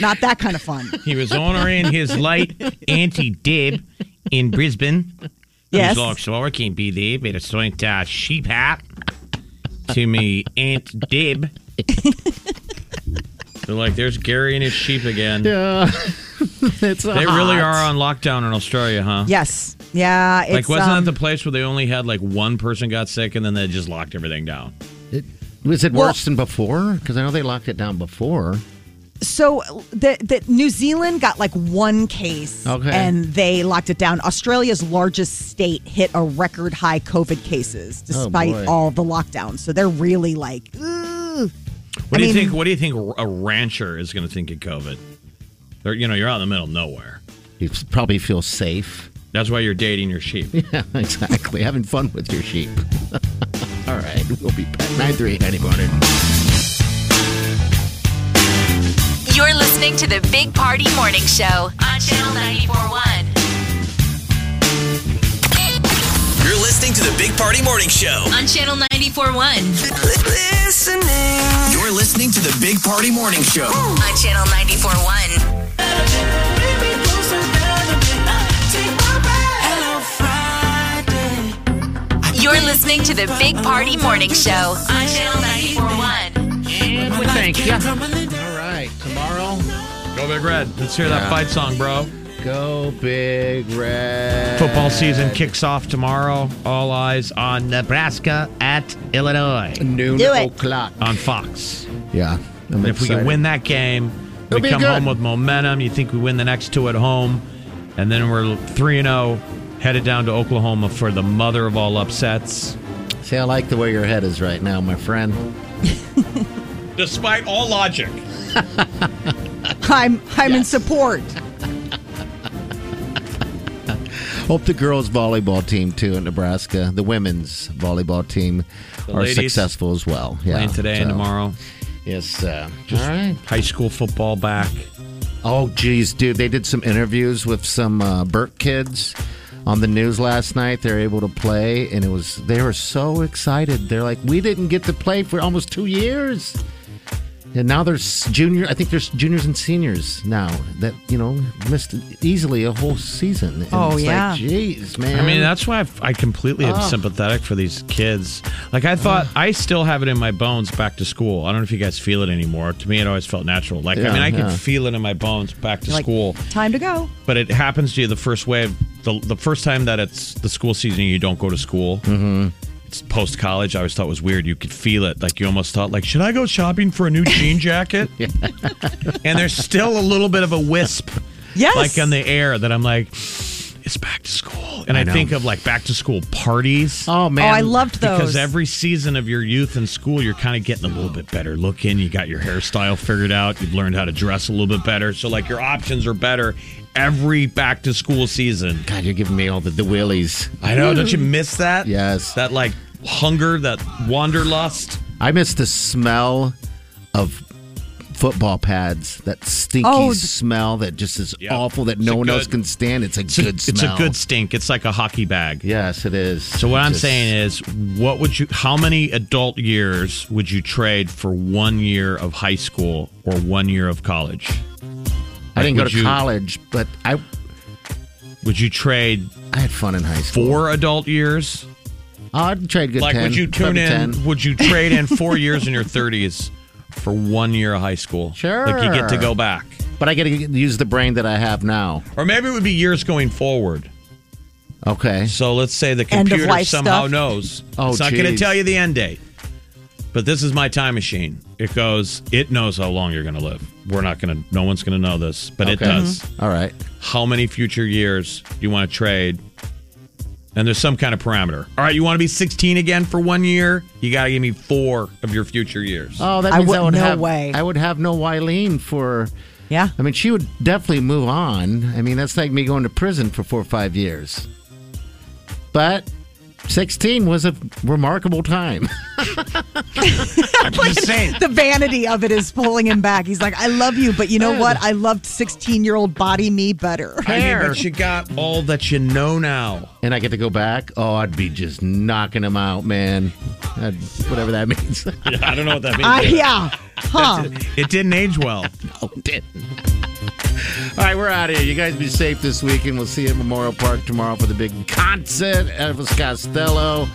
D: not that kind of fun.
C: He was honoring his light auntie Dib in Brisbane.
D: Yes.
C: Whose locks are can be there, but it's not uh, sheep hat to me, Aunt Dib. They're like, there's Gary and his sheep again.
B: Yeah. it's uh,
C: They really are on lockdown in Australia, huh?
D: Yes. Yeah. It's,
C: Like, wasn't
D: um,
C: that the place where they only had like one person got sick and then they just locked everything down?
B: It, was it
D: Well-
B: worse than before? Because I know they locked it down before.
D: so the, the New Zealand got like one case
B: Okay.
D: and they locked it down. Australia's largest state hit a record high COVID cases despite
B: Oh, boy.
D: all the lockdowns. So they're really like, ooh.
C: What
D: I
C: do you
D: mean-
C: think? What do you think a rancher is going to think of COVID? They're, you know, you're out in the middle of nowhere.
B: You s- probably feel safe.
C: That's why you're dating your sheep.
B: Yeah, exactly. Having fun with your sheep. All right, we'll be back. 938 9400.
A: You're listening to the Big Party Morning Show on Channel 941.
F: You're listening to the Big Party Morning Show.
A: On Channel 941.
F: Listening. You're listening to the Big Party Morning Show.
A: On Channel 941. You're listening to the Big Party Morning Show on Channel 941.
B: And we thank you. All right, tomorrow,
C: Go Big Red. Let's hear that fight song, bro.
B: go big red.
C: Football season kicks off tomorrow. All eyes on Nebraska at Illinois
B: noon
D: Do it.
B: o'clock.
C: on Fox.
B: Yeah. I'm
C: And Uh, if we
B: excited.
C: can win that game,
B: It'll
C: we
B: be
C: come
B: good.
C: home with momentum. You think we win the next two at home, and then we're 3 and 0 headed down to Oklahoma for the mother of all upsets.
B: See, I like the way your head is right now, my friend.
C: Despite all logic.
D: I'm I'm in support.
B: Hope the girls' volleyball team, too, in Nebraska, the women's volleyball team,
C: The
B: are
C: ladies
B: successful as well. Yeah.
C: Playing today and
B: so,
C: tomorrow.
B: Yes. Uh,
C: Just
B: all right.
C: high school football back.
B: Oh, geez, dude. They did some interviews with some uh, Burke kids on the news last night. They're able to play, and it was they were so excited. They're like, we didn't get to play for almost two years. And now there's junior. I think there's juniors and seniors now that you know missed easily a whole season. And
D: Oh,
B: it's
D: yeah.
B: like, jeez, man.
C: I mean, that's why I've, I completely am sympathetic for these kids. Like, I thought I still have it in my bones back to school. I don't know if you guys feel it anymore. To me, it always felt natural. Like, I
B: Yeah,
C: mean, I can
B: yeah.
C: feel it in my bones back to
D: Like,
C: school,
D: Time to go.
C: but it happens to you the first wave, the, the first time that it's the school season, and you don't go to school. Mm-hmm. It's post college. I always thought it was weird. You could feel it. Like, you almost thought, like, should I go shopping for a new jean jacket? and there's still a little bit of a wisp
D: Yes.
C: like on the air that I'm like, it's back to school. And I, think of like back to school parties.
B: oh
D: oh,
B: man.
D: I loved those.
C: Because every season of your youth in school, you're kind of getting a little bit better looking. You got your hairstyle figured out. You've learned how to dress a little bit better. So, like, your options are better every back to school season.
B: God, you're giving me all the, the willies.
C: I know. Don't you miss that?
B: Yes.
C: That, like, hunger, that wanderlust.
B: I miss the smell of football pads. That stinky
D: Oh, th-
B: smell that just is
C: Yeah.
B: awful that
C: It's
B: no
C: a
B: one else
C: good-
B: can stand. It's a
C: It's,
B: good
C: a, it's
B: smell.
C: a good stink. It's like a hockey bag.
B: Yes, it is.
C: So what I'm saying is, what would you? How many adult years would you trade for one year of high school or one year of college?
B: I didn't go
C: like,
B: to
C: would you-
B: college, but I
C: Would you trade
B: I had fun in high school. Oh,
C: four adult years?
B: I'd trade good
C: like,
B: 10,
C: would you tune
B: probably
C: in?
B: 10.
C: Would you trade in four years in your 30s for one year of high school? Like you get to
B: Sure.
C: go back,
B: But I got to use the brain that I have now.
C: or maybe it would be years going forward.
B: Okay.
C: So let's say the
D: End of
C: computer
D: life
C: somehow
D: stuff.
C: knows.
B: Oh,
C: it's not going to
B: geez.
C: tell you the end date. But this is my time machine. It goes, it knows how long you're going to live. We're not going to, no one's going to know this, but it
B: Okay.
C: does.
D: Mm-hmm.
B: All right.
C: How many future years do you want to trade? And there's some kind of parameter. All right, you want to be 16 again for one year? You got to give me four of your future years.
B: Oh, that
D: I
B: means I,
D: would-
B: would
D: no
B: have.
D: way.
B: I would have no Wileen for.
D: yeah.
B: I mean, she would definitely move on. I mean, that's like me going to prison for four or five years. But 16 was a remarkable time.
C: I'm just saying.
D: The vanity of it is pulling him back. He's like, I love you, but you know what? I loved 16 year old body me better.
C: I mean, but you got all that you know now.
B: And I get to go back. Oh, I'd be just knocking him out, man. I'd, whatever that means.
C: I don't know what that means.
D: Ah, yeah. Huh.
C: It didn't age well.
B: oh, did All right, we're out of here. You guys be safe this weekend. We'll see you at Memorial Park tomorrow for the big concert. Elvis Costello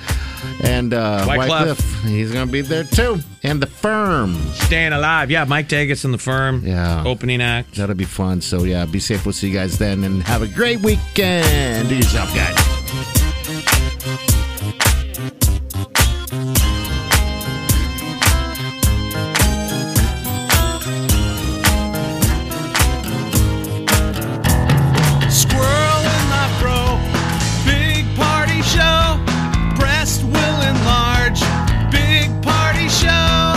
B: and uh,
C: Wyclef.
B: Wyclef. He's going to be there too. And the firm.
C: Staying alive. Yeah, Mike Dagus in the firm.
B: Yeah.
C: Opening act.
B: That'll be fun. So, yeah, be safe. We'll see you guys then and have a great weekend. Do yourself, guys.
E: Squirrel in my fro. Big party show. Breast will enlarge. Big party show.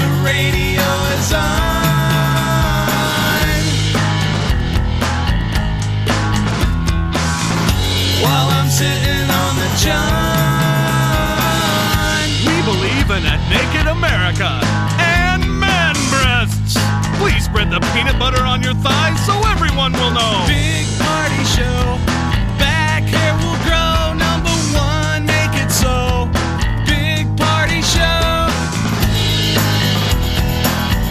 E: The radio is on. While I'm sitting on the john. We believe in a naked America and man breasts. Please spread the peanut butter on your thighs so everyone will know. Big party show. Back hair will grow. Number one, make it so. Big party show.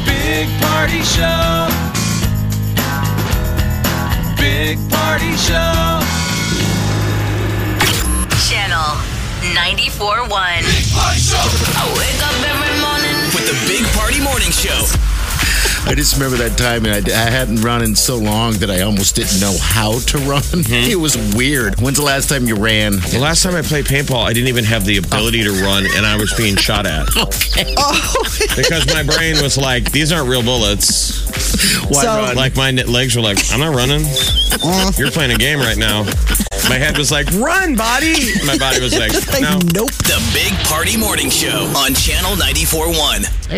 E: Big party show. Big party show.
A: Channel 94.1. I wake up every morning.
F: With the Big Party Morning Show.
B: I just remember that time, and I, I hadn't run in so long that I almost didn't know how to run. It was weird. When's the last time you ran?
C: The last time I played paintball, I didn't even have the ability to run, and I was being shot at.
B: Oh.
C: Because my brain was like, these aren't real bullets.
B: Why
D: So-
B: run? Uh-huh.
C: Like, my n- legs were like, I'm not running. You're playing a game right now. My head was like, run, body. My body was like, no.
D: Nope.
F: The Big Party Morning Show on Channel 94.1.
B: Hey,